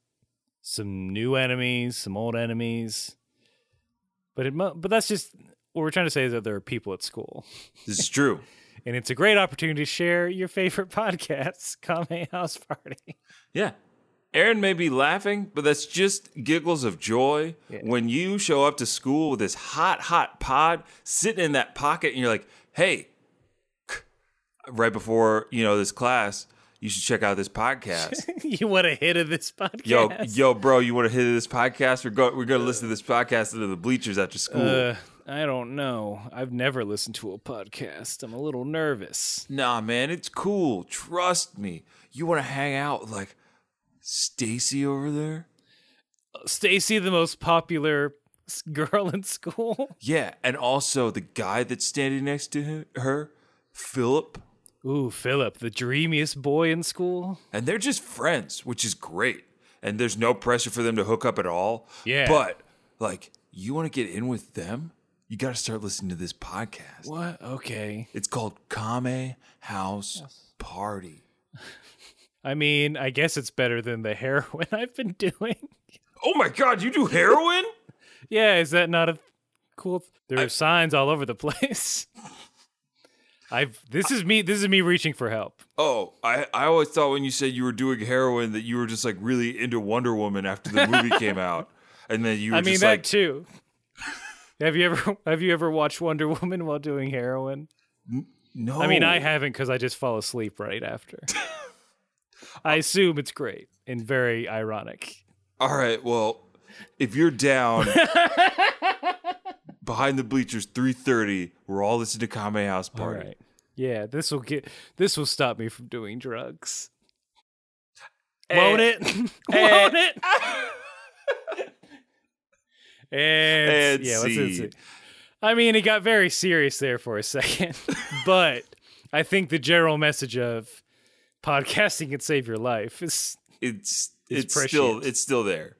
[SPEAKER 2] some new enemies, some old enemies. But it mu- but that's just what we're trying to say is that there are people at school.
[SPEAKER 1] this is true.
[SPEAKER 2] And it's a great opportunity to share your favorite podcasts, Kame House Party.
[SPEAKER 1] Yeah. Aaron may be laughing, but that's just giggles of joy when you show up to school with this hot, hot pod sitting in that pocket, and you're like, "Hey, right before you know this class, you should check out this podcast."
[SPEAKER 2] you want a hit of this podcast?
[SPEAKER 1] Yo, yo, bro, you want to hit this podcast? We're go, we're gonna listen to this podcast into the bleachers after school.
[SPEAKER 2] Uh, I don't know. I've never listened to a podcast. I'm a little nervous.
[SPEAKER 1] nah, man, it's cool. Trust me. You want to hang out with like Stacy over there?
[SPEAKER 2] Stacy, the most popular s- girl in school.
[SPEAKER 1] Yeah, and also the guy that's standing next to him, her, Philip,
[SPEAKER 2] Ooh, Philip, the dreamiest boy in school.
[SPEAKER 1] and they're just friends, which is great. And there's no pressure for them to hook up at all.
[SPEAKER 2] Yeah.
[SPEAKER 1] but like, you want to get in with them? You got to start listening to this podcast.
[SPEAKER 2] What? Okay.
[SPEAKER 1] It's called Kame House Party.
[SPEAKER 2] I mean, I guess it's better than the heroin I've been doing.
[SPEAKER 1] Oh my God, you do heroin?
[SPEAKER 2] Yeah, is that not a cool? th- there are signs all over the place. I've this is me this is me reaching for help.
[SPEAKER 1] Oh, I, I always thought when you said you were doing heroin that you were just like really into Wonder Woman after the movie came out. And then you were
[SPEAKER 2] I mean
[SPEAKER 1] just
[SPEAKER 2] that
[SPEAKER 1] like,
[SPEAKER 2] too. Have you ever have you ever watched Wonder Woman while doing heroin?
[SPEAKER 1] no.
[SPEAKER 2] I mean, I haven't because I just fall asleep right after. I assume it's great and very ironic.
[SPEAKER 1] All right, well, if you're down behind the bleachers, 3.30, we're all listening to Kame House
[SPEAKER 2] All
[SPEAKER 1] Party.
[SPEAKER 2] right. Yeah, this will get this will stop me from doing drugs. Won't
[SPEAKER 1] Eh.
[SPEAKER 2] it? Won't it? and,
[SPEAKER 1] And
[SPEAKER 2] yeah, what's it
[SPEAKER 1] see.
[SPEAKER 2] say? I mean, it got very serious there for a second, but I think the general message of podcasting can save your life is
[SPEAKER 1] It's,
[SPEAKER 2] It's
[SPEAKER 1] it's, still,
[SPEAKER 2] prescient.
[SPEAKER 1] it's still there.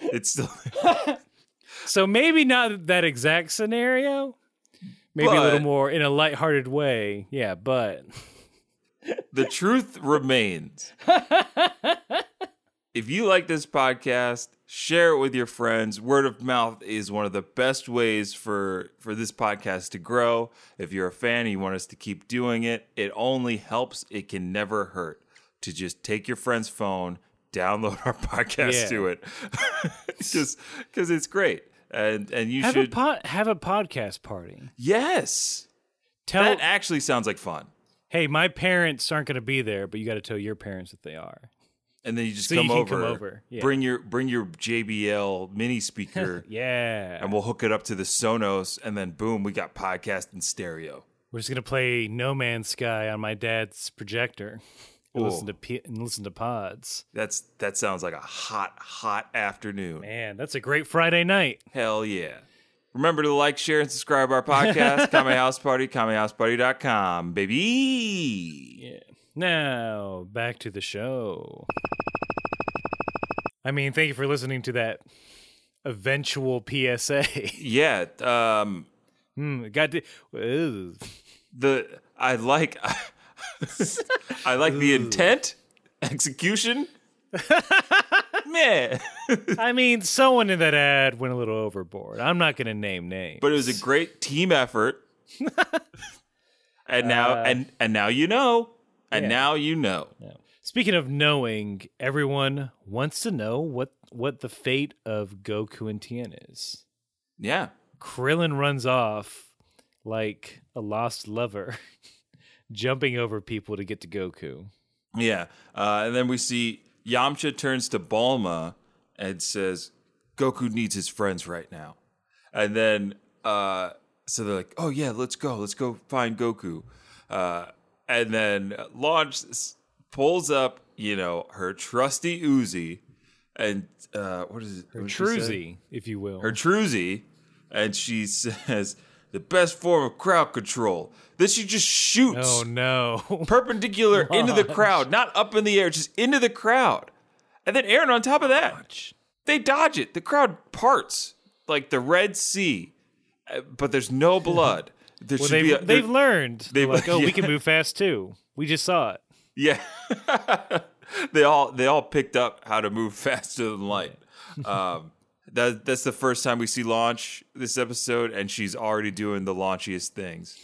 [SPEAKER 1] It's still there.
[SPEAKER 2] So maybe not that exact scenario. Maybe a little
[SPEAKER 1] But-
[SPEAKER 2] more in a lighthearted way. Yeah, but
[SPEAKER 1] The truth remains. if you like this podcast, share it with your friends. Word of mouth is one of the best ways for for this podcast to grow. If you're a fan and you want us to keep doing it, it only helps. It can never hurt to just take your friend's phone, download our podcast
[SPEAKER 2] Yeah.
[SPEAKER 1] to it. just cuz it's great. And and you
[SPEAKER 2] have a
[SPEAKER 1] should
[SPEAKER 2] po- have a podcast party.
[SPEAKER 1] Yes.
[SPEAKER 2] Tell
[SPEAKER 1] that actually sounds like fun.
[SPEAKER 2] hey, my parents aren't going to be there, but you got to tell your parents that they are.
[SPEAKER 1] and then you just
[SPEAKER 2] So
[SPEAKER 1] come,
[SPEAKER 2] you can
[SPEAKER 1] over,
[SPEAKER 2] come over, yeah.
[SPEAKER 1] Bring your bring your JBL mini speaker,
[SPEAKER 2] Yeah,
[SPEAKER 1] and we'll hook it up to the Sonos, and then boom, we got podcast in stereo.
[SPEAKER 2] we're just going to play No Man's Sky on my dad's projector. And
[SPEAKER 1] Ooh.
[SPEAKER 2] listen to P- and listen to pods.
[SPEAKER 1] That's that sounds like a hot hot afternoon.
[SPEAKER 2] Man, that's a great Friday night.
[SPEAKER 1] Hell yeah! Remember to like, share, and subscribe our podcast, Kame House Party, KameHouseParty.com, baby.
[SPEAKER 2] Yeah. Now back to the show. I mean, thank you for listening to that eventual PSA.
[SPEAKER 1] Yeah, um,
[SPEAKER 2] Hmm, got to, Ooh.
[SPEAKER 1] the I like I like the intent, execution. Meh.
[SPEAKER 2] I mean, someone in that ad went a little overboard. I'm not going to name names.
[SPEAKER 1] but it was a great team effort. and now and and now you know. And
[SPEAKER 2] Uh, yeah.
[SPEAKER 1] now you know.
[SPEAKER 2] speaking of knowing, everyone wants to know what what the fate of Goku and Tien is.
[SPEAKER 1] Yeah.
[SPEAKER 2] Krillin runs off like a lost lover, jumping over people to get to Goku.
[SPEAKER 1] Yeah. Uh, and then we see Yamcha turns to Balma and says, Goku needs his friends right now. And then uh, so they're like, Oh yeah, let's go. Let's go find Goku. Uh, and then Launch s- pulls up, you know, her trusty Uzi and uh, what is it? Her
[SPEAKER 2] Truzy, if you will.
[SPEAKER 1] her Truzy, and she says, The best form of crowd control. Then she just shoots
[SPEAKER 2] oh no.
[SPEAKER 1] perpendicular into the crowd, not up in the air, just into the crowd. And then Aaron, on top of that, they dodge it. The crowd parts like the Red Sea, Uh, but there's no blood. There
[SPEAKER 2] Well,
[SPEAKER 1] should be
[SPEAKER 2] they've,
[SPEAKER 1] a, there-
[SPEAKER 2] they've learned. They're
[SPEAKER 1] they've-
[SPEAKER 2] like, oh,
[SPEAKER 1] yeah.
[SPEAKER 2] we can move fast too. We just saw it.
[SPEAKER 1] Yeah. they all they all picked up how to move faster than light. Um that that's the first time we see launch this episode and she's already doing the launchiest things.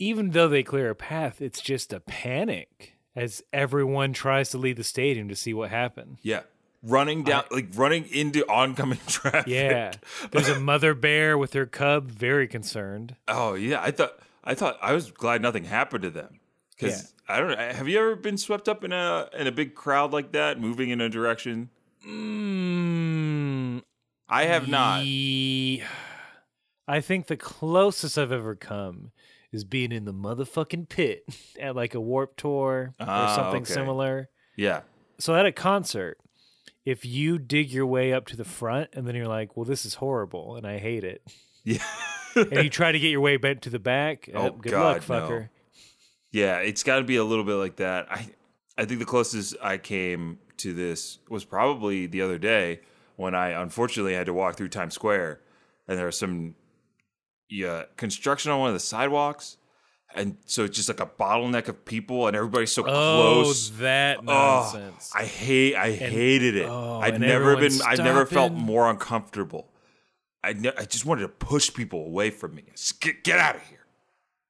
[SPEAKER 2] even though they clear a path, it's just a panic as everyone tries to leave the stadium to see what happened.
[SPEAKER 1] Yeah. Running down like running into oncoming traffic.
[SPEAKER 2] Yeah. There's a mother bear with her cub, very concerned.
[SPEAKER 1] Oh yeah. I thought I thought I was glad nothing happened to them. Cuz I don't know. Have you ever been swept up in a in a big crowd like that moving in a direction?
[SPEAKER 2] Mm,
[SPEAKER 1] I have Hmm, not.
[SPEAKER 2] ye- I think the closest I've ever come is being in the motherfucking pit at like a warp tour or
[SPEAKER 1] Ah,
[SPEAKER 2] something
[SPEAKER 1] okay.
[SPEAKER 2] similar.
[SPEAKER 1] Yeah.
[SPEAKER 2] so at a concert if you dig your way up to the front and then you're like well this is horrible and i hate it
[SPEAKER 1] Yeah.
[SPEAKER 2] and you try to get your way back to the back oh,
[SPEAKER 1] Oh,
[SPEAKER 2] good luck
[SPEAKER 1] God, no.
[SPEAKER 2] fucker
[SPEAKER 1] Yeah, it's got to be a little bit like that. I I think the closest I came to this was probably the other day when I unfortunately had to walk through Times Square and there was some yeah, construction on one of the sidewalks and so it's just like a bottleneck of people and everybody's so close.
[SPEAKER 2] oh that
[SPEAKER 1] Oh,
[SPEAKER 2] nonsense
[SPEAKER 1] I hate I hated it.
[SPEAKER 2] oh,
[SPEAKER 1] I've
[SPEAKER 2] and
[SPEAKER 1] never
[SPEAKER 2] everyone's
[SPEAKER 1] been I've never felt
[SPEAKER 2] stopping.
[SPEAKER 1] more uncomfortable. I ne- I just wanted to push people away from me. Just get get out of here.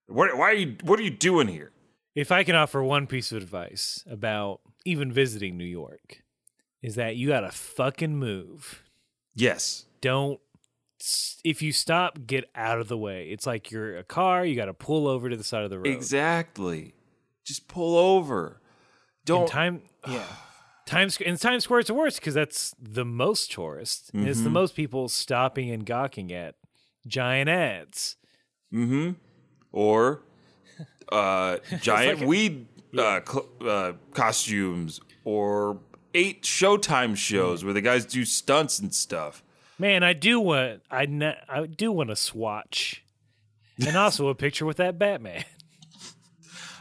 [SPEAKER 1] What why are you what are you doing here?
[SPEAKER 2] If I can offer one piece of advice about even visiting New York, is that you gotta fucking move.
[SPEAKER 1] Yes.
[SPEAKER 2] Don't. s- If you stop, get out of the way. It's like you're a car. You gotta pull over to the side of the road.
[SPEAKER 1] Exactly. Just pull over.
[SPEAKER 2] And
[SPEAKER 1] Don't
[SPEAKER 2] time, yeah. Times and Times Square is the worst because that's the most tourists. And it's the most people stopping and gawking at giant ads.
[SPEAKER 1] or uh, giant weed uh, cl- uh, costumes or eight Showtime shows where the guys do stunts and stuff.
[SPEAKER 2] Man, I do want I na- I do want a swatch, and also a picture with that Batman.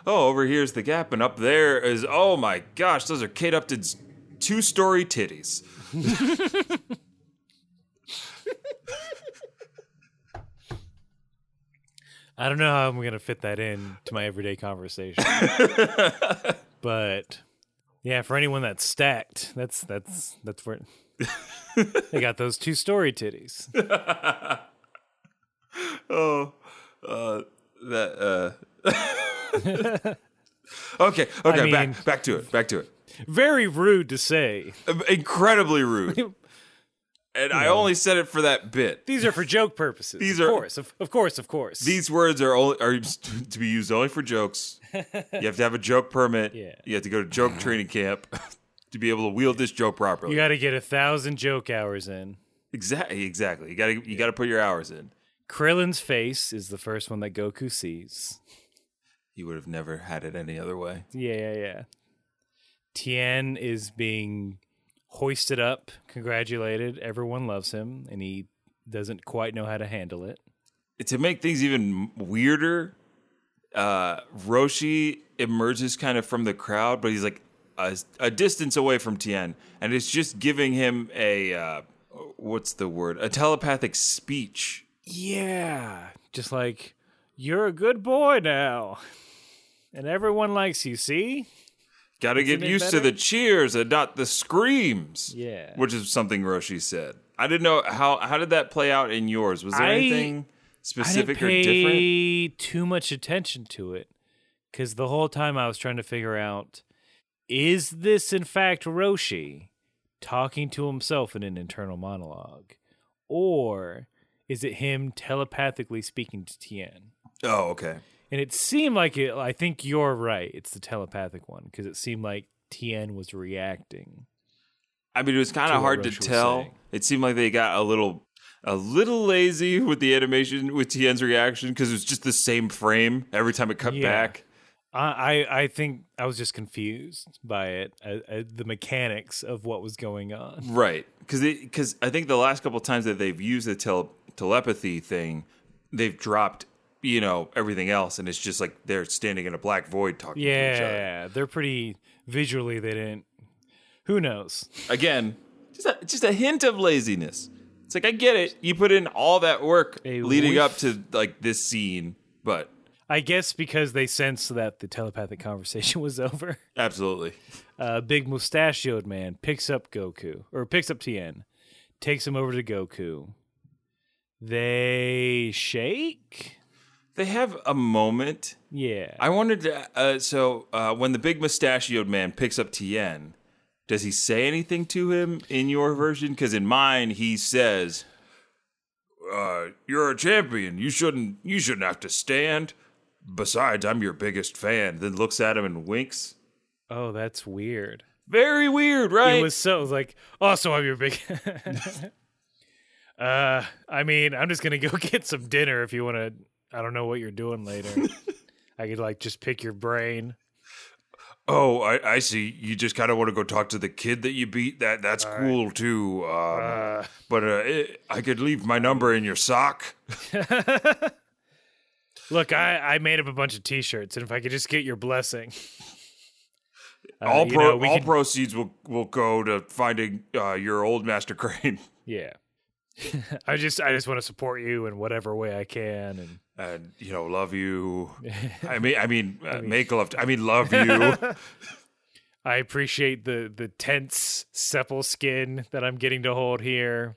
[SPEAKER 1] Oh, over here's the gap, and up there is oh my gosh, those are Kate Upton's two-story titties.
[SPEAKER 2] I don't know how I'm gonna fit that in to my everyday conversation, but yeah, for anyone that's stacked, that's that's that's where they got those two story titties.
[SPEAKER 1] Oh, uh, that. Uh... okay, okay,
[SPEAKER 2] mean-
[SPEAKER 1] back back to it, back to it.
[SPEAKER 2] Very rude to say.
[SPEAKER 1] Incredibly rude, and I only said it for that bit.
[SPEAKER 2] These are for joke purposes.
[SPEAKER 1] These
[SPEAKER 2] of
[SPEAKER 1] are-
[SPEAKER 2] course, of, of course, of course.
[SPEAKER 1] These words are only are to be used only for jokes. You have to have a joke permit.
[SPEAKER 2] Yeah.
[SPEAKER 1] You have to go to joke training camp to be able to wield this joke properly.
[SPEAKER 2] you got to get a thousand joke hours in.
[SPEAKER 1] exactly, exactly. You got to you got to put your hours in.
[SPEAKER 2] Krillin's face is the first one that Goku sees.
[SPEAKER 1] You would have never had it any other way.
[SPEAKER 2] Yeah, yeah, yeah. Tien is being hoisted up, congratulated. Everyone loves him, and he doesn't quite know how to handle it.
[SPEAKER 1] To make things even weirder, uh, Roshi emerges kind of from the crowd, but he's like a, a distance away from Tien, and it's just giving him a uh, what's the word? A telepathic speech.
[SPEAKER 2] Yeah. Just like, you're a good boy now. And everyone likes you, see?
[SPEAKER 1] Got to get
[SPEAKER 2] it
[SPEAKER 1] used to
[SPEAKER 2] better?
[SPEAKER 1] the cheers and not the screams.
[SPEAKER 2] Yeah.
[SPEAKER 1] which is something Roshi said. I didn't know how how did that play out in yours. Was there
[SPEAKER 2] I-
[SPEAKER 1] anything specific
[SPEAKER 2] I didn't
[SPEAKER 1] or different?
[SPEAKER 2] pay too much attention to it because the whole time I was trying to figure out is this in fact Roshi talking to himself in an internal monologue, or is it him telepathically speaking to Tien?
[SPEAKER 1] Oh, okay.
[SPEAKER 2] And it seemed like it. I think you're right. It's the telepathic one because it seemed like Tien was reacting.
[SPEAKER 1] I mean, it was kind
[SPEAKER 2] To
[SPEAKER 1] of
[SPEAKER 2] what
[SPEAKER 1] hard to
[SPEAKER 2] Roshi was
[SPEAKER 1] tell.
[SPEAKER 2] saying.
[SPEAKER 1] It seemed like they got a little a little lazy with the animation with Tien's reaction because it was just the same frame every time it cut
[SPEAKER 2] Yeah.
[SPEAKER 1] back.
[SPEAKER 2] I, I I think I was just confused by it, uh, uh, the mechanics of what was going on.
[SPEAKER 1] Right, because because I think the last couple times that they've used the tele- telepathy thing, they've dropped you know everything else, and it's just like they're standing in a black void talking to each other.
[SPEAKER 2] Yeah, they're pretty visually. They didn't. Who knows?
[SPEAKER 1] again, just a, just a hint of laziness. It's like I get it. You put in all that work
[SPEAKER 2] A
[SPEAKER 1] leading
[SPEAKER 2] whiff.
[SPEAKER 1] up to like this scene, but
[SPEAKER 2] I guess because they sensed that the telepathic conversation was over.
[SPEAKER 1] absolutely.
[SPEAKER 2] Uh, big mustachioed man picks up Goku or picks up Tien, takes him over to Goku. They shake.
[SPEAKER 1] They have a moment.
[SPEAKER 2] Yeah.
[SPEAKER 1] I wanted to. Uh, so uh, when the big mustachioed man picks up Tien, does he say anything to him in your version? Because in mine, he says, uh, "You're a champion. You shouldn't. You shouldn't have to stand." Besides, I'm your biggest fan. Then looks at him and winks.
[SPEAKER 2] oh, that's weird.
[SPEAKER 1] Very weird, right?
[SPEAKER 2] It was so it was like. Also, I'm your big. uh, I mean, I'm just gonna go get some dinner if you want to. I don't know what you're doing later. I could like just pick your brain.
[SPEAKER 1] Oh, I, I see. You just kind of want to go talk to the kid that you beat. That that's cool too. Um, but uh, it, I could leave my number in your sock.
[SPEAKER 2] Look, I, I made up a bunch of T-shirts, and if I could just get your blessing, Uh,
[SPEAKER 1] all
[SPEAKER 2] you
[SPEAKER 1] pro,
[SPEAKER 2] know, we
[SPEAKER 1] all
[SPEAKER 2] could-
[SPEAKER 1] proceeds will will go to finding uh, your old master crane.
[SPEAKER 2] yeah. I just I just want to support you in whatever way I can, and
[SPEAKER 1] And you know, love you. I mean, I mean, uh, make love. To, I mean, love you.
[SPEAKER 2] I appreciate the the tense sepal skin that I'm getting to hold here,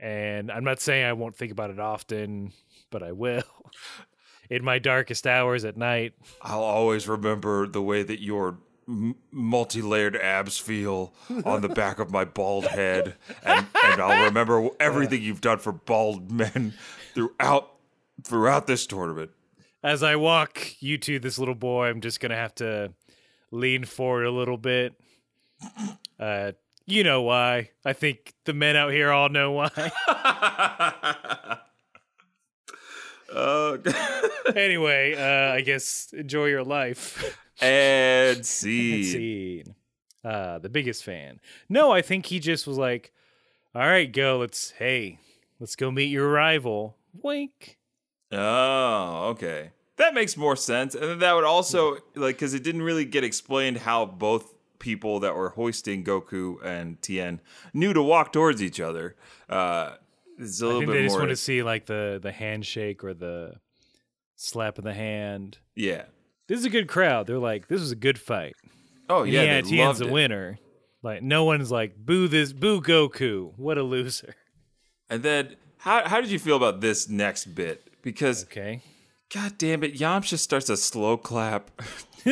[SPEAKER 2] And I'm not saying I won't think about it often, but I will. In my darkest hours at night,
[SPEAKER 1] I'll always remember the way that your m- multi-layered abs feel on the back of my bald head, and, and I'll remember everything you've done for bald men throughout throughout this tournament.
[SPEAKER 2] as I walk you to this little boy, I'm just gonna have to lean forward a little bit. Uh, you know why? I think the men out here all know why.
[SPEAKER 1] Uh,
[SPEAKER 2] anyway, uh, I guess enjoy your life.
[SPEAKER 1] and see.
[SPEAKER 2] Scene. Uh, the biggest fan. No, I think he just was like, "All right, go. Let's hey, let's go meet your rival." Wink.
[SPEAKER 1] Oh, okay. That makes more sense. And then that would also like cuz it didn't really get explained how both people that were hoisting Goku and Tien knew to walk towards each other. Uh it's a
[SPEAKER 2] I
[SPEAKER 1] little
[SPEAKER 2] think they
[SPEAKER 1] bit
[SPEAKER 2] just
[SPEAKER 1] more
[SPEAKER 2] want to see like the the handshake or the slap of the hand.
[SPEAKER 1] Yeah.
[SPEAKER 2] This is a good crowd. They're like, "This was a good fight."
[SPEAKER 1] Oh
[SPEAKER 2] Yeah,
[SPEAKER 1] yeah,
[SPEAKER 2] yeah
[SPEAKER 1] they
[SPEAKER 2] Tien's
[SPEAKER 1] loved
[SPEAKER 2] a
[SPEAKER 1] it.
[SPEAKER 2] winner. Like no one's like, "Boo this, boo Goku. What a loser."
[SPEAKER 1] And then how how did you feel about this next bit? Because
[SPEAKER 2] Okay.
[SPEAKER 1] god damn it, Yamcha starts a slow clap.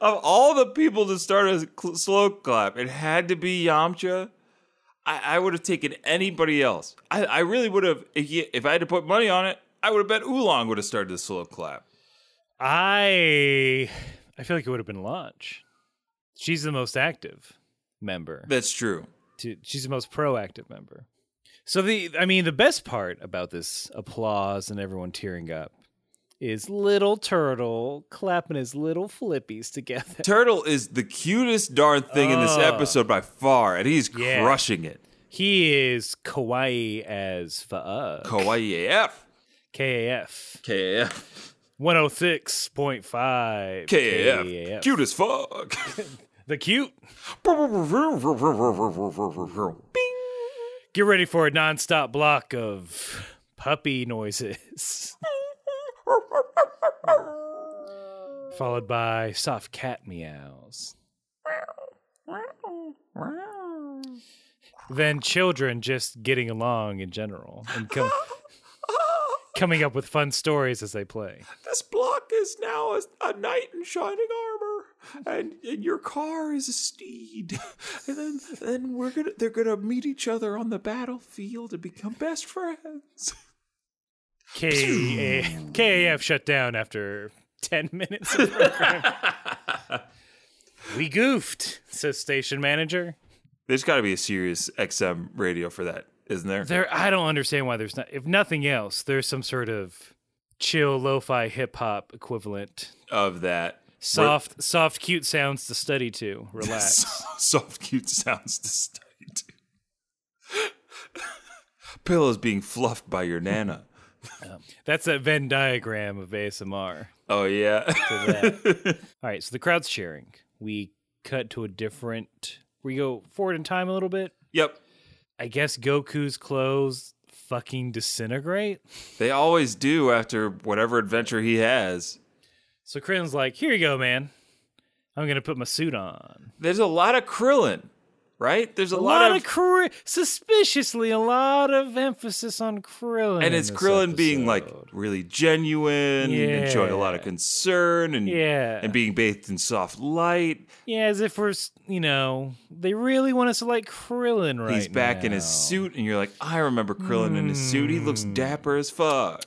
[SPEAKER 1] of all the people to start a cl- slow clap, it had to be Yamcha. I, I would have taken anybody else. I, I really would have, if, you, if I had to put money on it, I would have bet Oolong would have started the slow clap.
[SPEAKER 2] I I feel like it would have been Launch. She's the most active member.
[SPEAKER 1] That's true.
[SPEAKER 2] to, she's the most proactive member. So the I mean the best part about this applause and everyone tearing up is little turtle clapping his little flippies together.
[SPEAKER 1] Turtle is the cutest darn thing in this
[SPEAKER 2] Ugh.
[SPEAKER 1] episode by far, and he's
[SPEAKER 2] Yeah.
[SPEAKER 1] crushing it.
[SPEAKER 2] He is kawaii as fuck.
[SPEAKER 1] Kawaii AF.
[SPEAKER 2] KAF
[SPEAKER 1] KAF.
[SPEAKER 2] 106.5
[SPEAKER 1] KAF. Cute as fuck.
[SPEAKER 2] The cute.
[SPEAKER 1] Bing.
[SPEAKER 2] Get ready for a nonstop block of puppy noises. Followed by soft cat meows. Then children just getting along in general and com- coming up with fun stories as they play.
[SPEAKER 1] this block is now a, a knight in shining armor, and, and your car is a steed. And then, then we're gonna they're gonna meet each other on the battlefield and become best friends.
[SPEAKER 2] K- KAF shut down after 10 minutes of program. we goofed, says station manager.
[SPEAKER 1] There's got to be a serious XM radio for that, isn't there?
[SPEAKER 2] There, I don't understand why there's not. If nothing else, there's some sort of chill lo-fi hip hop equivalent.
[SPEAKER 1] Of that
[SPEAKER 2] Soft, soft, cute sounds to study to. Relax.
[SPEAKER 1] soft, cute sounds to study to. Pillows being fluffed by your nana.
[SPEAKER 2] That's that Venn diagram of ASMR.
[SPEAKER 1] Oh yeah.
[SPEAKER 2] All right, so the crowd's cheering. We cut to a different. We go forward in time a little bit.
[SPEAKER 1] yep.
[SPEAKER 2] I guess Goku's clothes fucking disintegrate.
[SPEAKER 1] They always do after whatever adventure he has.
[SPEAKER 2] So Krillin's like, "Here you go, man. I'm gonna put my suit on."
[SPEAKER 1] There's a lot of Krillin, right? There's a,
[SPEAKER 2] A
[SPEAKER 1] lot, of,
[SPEAKER 2] Kri- suspiciously a lot of emphasis on Krillin,
[SPEAKER 1] and
[SPEAKER 2] in
[SPEAKER 1] it's
[SPEAKER 2] this
[SPEAKER 1] Krillin being like
[SPEAKER 2] episode.
[SPEAKER 1] really genuine, and showing a lot of
[SPEAKER 2] Yeah.
[SPEAKER 1] concern, and
[SPEAKER 2] Yeah.
[SPEAKER 1] and being bathed in soft light.
[SPEAKER 2] Yeah, as if we're, s- you know, they really want us to like Krillin right
[SPEAKER 1] He's back in his
[SPEAKER 2] now. Mm.
[SPEAKER 1] suit, and you're like, I remember Krillin in his suit. He looks dapper as fuck.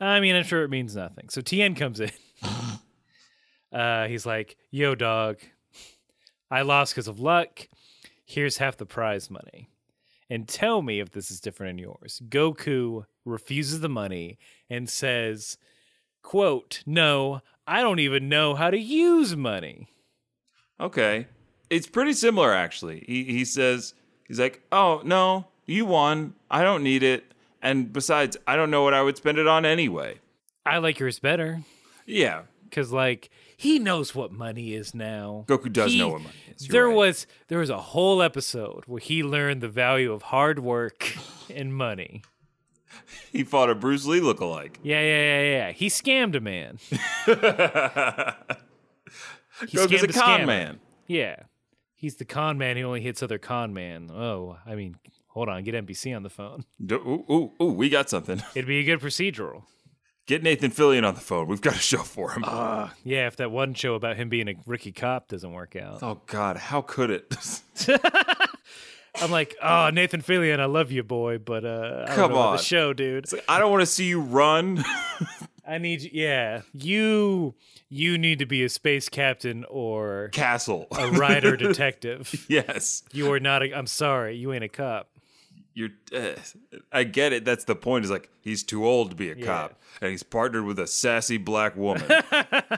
[SPEAKER 2] I mean, I'm sure it means nothing. So Tien comes in. uh, he's like, "Yo, dog, I lost because of luck. Here's half the prize money, and tell me if this is different than yours." Goku refuses the money and says, "Quote: No, I don't even know how to use money."
[SPEAKER 1] Okay, it's pretty similar actually. He he says he's like, oh no, you won. I don't need it, and besides, I don't know what I would spend it on anyway.
[SPEAKER 2] I like yours better
[SPEAKER 1] Yeah,
[SPEAKER 2] because, like, he knows what money is now.
[SPEAKER 1] Goku does
[SPEAKER 2] He-
[SPEAKER 1] know what money is. You're
[SPEAKER 2] there
[SPEAKER 1] right.
[SPEAKER 2] was there was a whole episode where he learned the value of hard work and money.
[SPEAKER 1] he fought a Bruce Lee lookalike.
[SPEAKER 2] Yeah, yeah, yeah, yeah. He scammed a man. he
[SPEAKER 1] Goku's a
[SPEAKER 2] scammed
[SPEAKER 1] con
[SPEAKER 2] scammer.
[SPEAKER 1] man.
[SPEAKER 2] Yeah. He's the con man who only hits other con man. Oh, I mean, hold on, get NBC on the phone.
[SPEAKER 1] D- Ooh, ooh, ooh, we got something.
[SPEAKER 2] It'd be a good procedural.
[SPEAKER 1] Get Nathan Fillion on the phone. We've got a show for him.
[SPEAKER 2] Yeah, if that one show about him being a Ricky cop doesn't work out.
[SPEAKER 1] oh God, how could it?
[SPEAKER 2] I'm like, oh, Nathan Fillion, I love you, boy, but uh, I
[SPEAKER 1] Come
[SPEAKER 2] don't know about
[SPEAKER 1] on.
[SPEAKER 2] the show, dude.
[SPEAKER 1] I don't want to see you run.
[SPEAKER 2] I need you. Yeah, you, you need to be a space captain or
[SPEAKER 1] Castle.
[SPEAKER 2] a rider detective.
[SPEAKER 1] yes,
[SPEAKER 2] You are not. A, I'm sorry, you ain't a cop.
[SPEAKER 1] you're. Uh, I get it. That's the point. Is like he's too old to be a cop, and he's partnered with a sassy black woman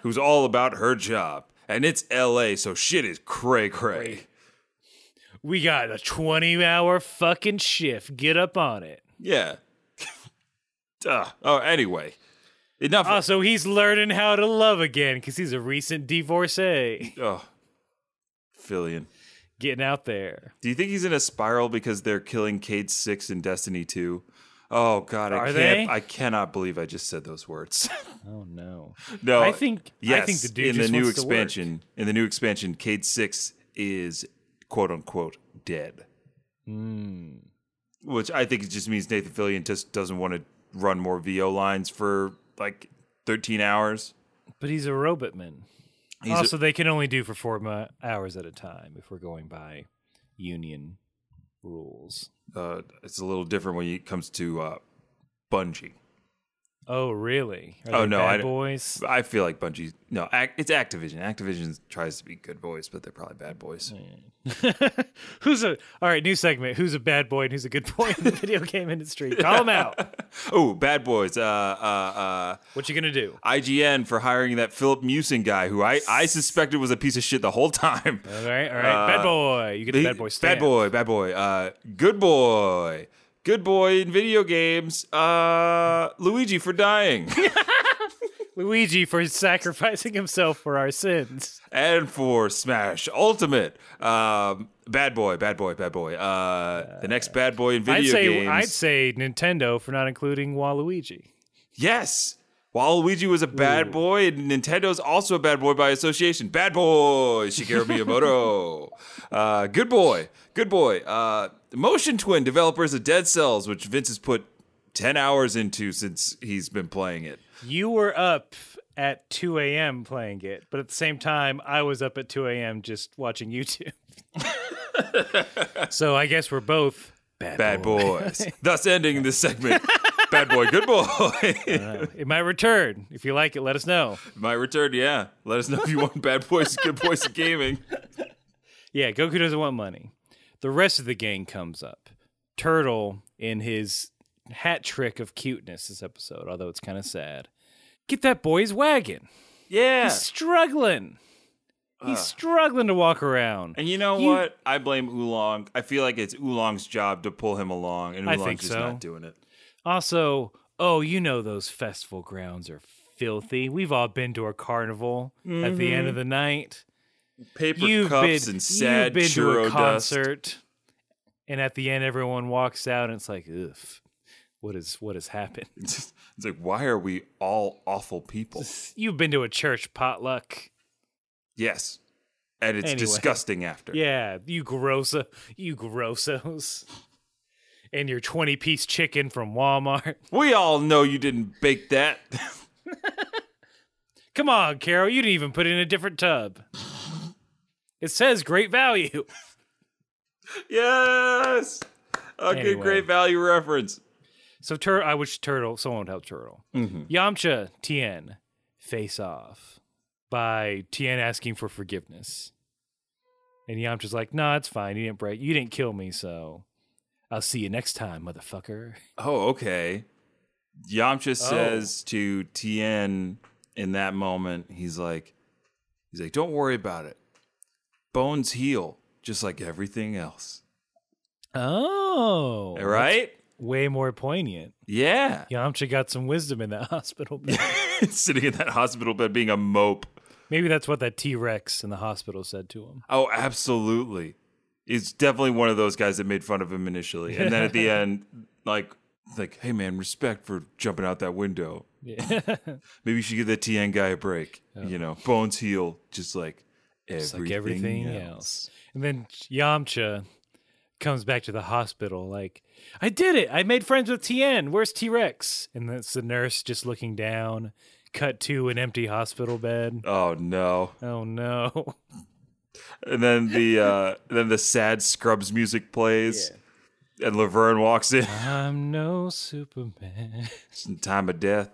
[SPEAKER 1] who's all about her job. And it's L.A., so shit is cray cray.
[SPEAKER 2] We got a 20 hour fucking shift. Get up on it.
[SPEAKER 1] Yeah. Duh. Oh, anyway, enough.
[SPEAKER 2] Also, Oh, he's learning how to love again because he's a recent divorcee.
[SPEAKER 1] oh, Fillion.
[SPEAKER 2] Getting out there.
[SPEAKER 1] Do you think he's in a spiral because they're killing Cade Six in Destiny Two? Oh God, I
[SPEAKER 2] Are
[SPEAKER 1] can't.
[SPEAKER 2] they?
[SPEAKER 1] I cannot believe I just said those words.
[SPEAKER 2] Oh no.
[SPEAKER 1] no,
[SPEAKER 2] I think- I
[SPEAKER 1] Yes,
[SPEAKER 2] think the dude
[SPEAKER 1] in the
[SPEAKER 2] just
[SPEAKER 1] new
[SPEAKER 2] wants to work.
[SPEAKER 1] expansion, in the new expansion, Cade Six is quote unquote dead,
[SPEAKER 2] Hmm.
[SPEAKER 1] which I think it just means Nathan Fillion just doesn't want to run more VO lines for like thirteen hours.
[SPEAKER 2] But he's a robot man.
[SPEAKER 1] He's a-
[SPEAKER 2] also, they can only do for four mi- hours at a time if we're going by union rules.
[SPEAKER 1] Uh, it's a little different when it comes to uh, Bungie.
[SPEAKER 2] Oh, really? Are
[SPEAKER 1] Oh,
[SPEAKER 2] they
[SPEAKER 1] no,
[SPEAKER 2] bad
[SPEAKER 1] I d-
[SPEAKER 2] boys.
[SPEAKER 1] I feel like Bungie. No, Ac- it's Activision. Activision tries to be good boys, but they're probably bad boys.
[SPEAKER 2] Mm. who's a all right? New segment. Who's a bad boy and who's a good boy in the video game industry? Call them out.
[SPEAKER 1] Oh, bad boys. Uh, uh,
[SPEAKER 2] What you gonna do?
[SPEAKER 1] uh, IGN for hiring that Philip Musing guy, who I, I suspected was a piece of shit the whole time. Uh,
[SPEAKER 2] All right, all right. bad boy. You get a bad boy. Stamp.
[SPEAKER 1] Bad boy. Bad boy. Uh, good boy. Good boy in video games. Uh, Luigi for dying
[SPEAKER 2] Luigi for sacrificing himself for our sins.
[SPEAKER 1] and for Smash Ultimate. Um, bad boy. Bad boy. Bad boy. Uh, the next bad boy in video
[SPEAKER 2] I'd say
[SPEAKER 1] games.
[SPEAKER 2] I'd say Nintendo for not including Waluigi.
[SPEAKER 1] Yes. Waluigi was a bad boy, and Nintendo's also a bad boy by association. Bad boy, Shigeru Miyamoto. uh, good boy, good boy. Uh, Motion Twin developers of Dead Cells, which Vince has put 10 hours into since he's been playing it.
[SPEAKER 2] You were up at 2 a.m. playing it, but at the same time, I was up at 2 a.m. just watching YouTube. so I guess we're both bad.
[SPEAKER 1] Bad boys. Thus ending this segment. Bad boy, good boy.
[SPEAKER 2] It might return. If you like it, let us know.
[SPEAKER 1] My return, yeah. Let us know if you want bad boys, good boys in gaming.
[SPEAKER 2] Yeah, Goku doesn't want money. The rest of the gang comes up. Turtle, in his hat trick of cuteness this episode, although it's kind of sad, get that boy's wagon.
[SPEAKER 1] Yeah.
[SPEAKER 2] He's struggling. He's struggling to walk around.
[SPEAKER 1] And you know
[SPEAKER 2] You-
[SPEAKER 1] what? I blame Oolong. I feel like it's Oolong's job to pull him along, and
[SPEAKER 2] I
[SPEAKER 1] Oolong's
[SPEAKER 2] think
[SPEAKER 1] just
[SPEAKER 2] so.
[SPEAKER 1] not doing it.
[SPEAKER 2] Also, oh, you know those festival grounds are filthy. We've all been to a carnival at the end of the night.
[SPEAKER 1] Mm-hmm. Paper
[SPEAKER 2] You've
[SPEAKER 1] cups
[SPEAKER 2] been,
[SPEAKER 1] and sad
[SPEAKER 2] you've been to
[SPEAKER 1] churro
[SPEAKER 2] a
[SPEAKER 1] dust.
[SPEAKER 2] concert, and at the end, everyone walks out, and it's like, ugh, what is what has happened?
[SPEAKER 1] It's like, why are we all awful people?
[SPEAKER 2] You've been to a church potluck.
[SPEAKER 1] yes, and it's
[SPEAKER 2] Anyway.
[SPEAKER 1] disgusting after.
[SPEAKER 2] Yeah, you grosso, you grossos, and your twenty-piece chicken from Walmart.
[SPEAKER 1] We all know you didn't bake that.
[SPEAKER 2] Come on, Carol, you didn't even put it in a different tub. It says great value.
[SPEAKER 1] yes, a good
[SPEAKER 2] Anyway.
[SPEAKER 1] great value reference.
[SPEAKER 2] So Tur- I wish Turtle someone would help Turtle.
[SPEAKER 1] Mm-hmm.
[SPEAKER 2] Yamcha Tien face off by Tien asking for forgiveness, and Yamcha's like, "Nah, it's fine. You didn't break. You didn't kill me, so I'll see you next time, motherfucker."
[SPEAKER 1] Oh, okay. Yamcha says to Tien in that moment, he's like, he's like, don't worry about it. Bones heal just like everything else.
[SPEAKER 2] Oh,
[SPEAKER 1] All right?
[SPEAKER 2] way more poignant.
[SPEAKER 1] Yeah.
[SPEAKER 2] Yamcha got some wisdom in that hospital. bed.
[SPEAKER 1] Sitting in that hospital bed being a mope.
[SPEAKER 2] Maybe that's what that T Rex in the hospital said to him.
[SPEAKER 1] Oh, absolutely. He's definitely one of those guys that made fun of him initially. And then at the end, like, like, hey man, respect for jumping out that window. Maybe you should give that TN guy a break. You know, bones heal just like
[SPEAKER 2] It's like everything else. And then Yamcha comes back to the hospital like, I did it. I made friends with Tien. Where's T Rex? And that's the nurse just looking down, cut to an empty hospital bed.
[SPEAKER 1] Oh no!
[SPEAKER 2] Oh no.
[SPEAKER 1] And then the uh, then the sad Scrubs music plays, and Laverne walks in.
[SPEAKER 2] I'm no Superman.
[SPEAKER 1] It's in time of death.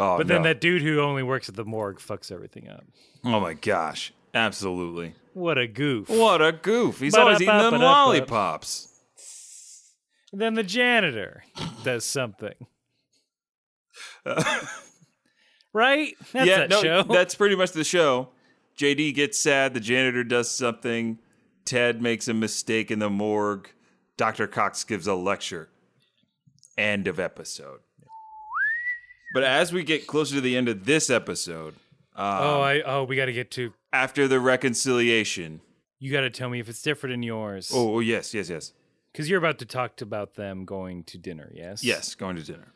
[SPEAKER 1] Oh
[SPEAKER 2] But
[SPEAKER 1] no!
[SPEAKER 2] then that dude who only works at the morgue fucks everything up.
[SPEAKER 1] oh my gosh! Absolutely.
[SPEAKER 2] What a goof.
[SPEAKER 1] What a goof! He's always eating them
[SPEAKER 2] Ba-da-ba-ba-da-ba.
[SPEAKER 1] lollipops.
[SPEAKER 2] And then the janitor does something. right? That's
[SPEAKER 1] yeah,
[SPEAKER 2] that
[SPEAKER 1] no,
[SPEAKER 2] show.
[SPEAKER 1] that's pretty much the show. JD gets sad. The janitor does something. Ted makes a mistake in the morgue. Dr. Cox gives a lecture. End of episode. But as we get closer to the end of this episode,
[SPEAKER 2] oh, I oh we gotta get to
[SPEAKER 1] after the reconciliation.
[SPEAKER 2] you gotta tell me if it's different in yours.
[SPEAKER 1] Oh, oh, yes, yes, yes.
[SPEAKER 2] Because you're about to talk t- about them going to dinner, yes?
[SPEAKER 1] Yes, going to dinner.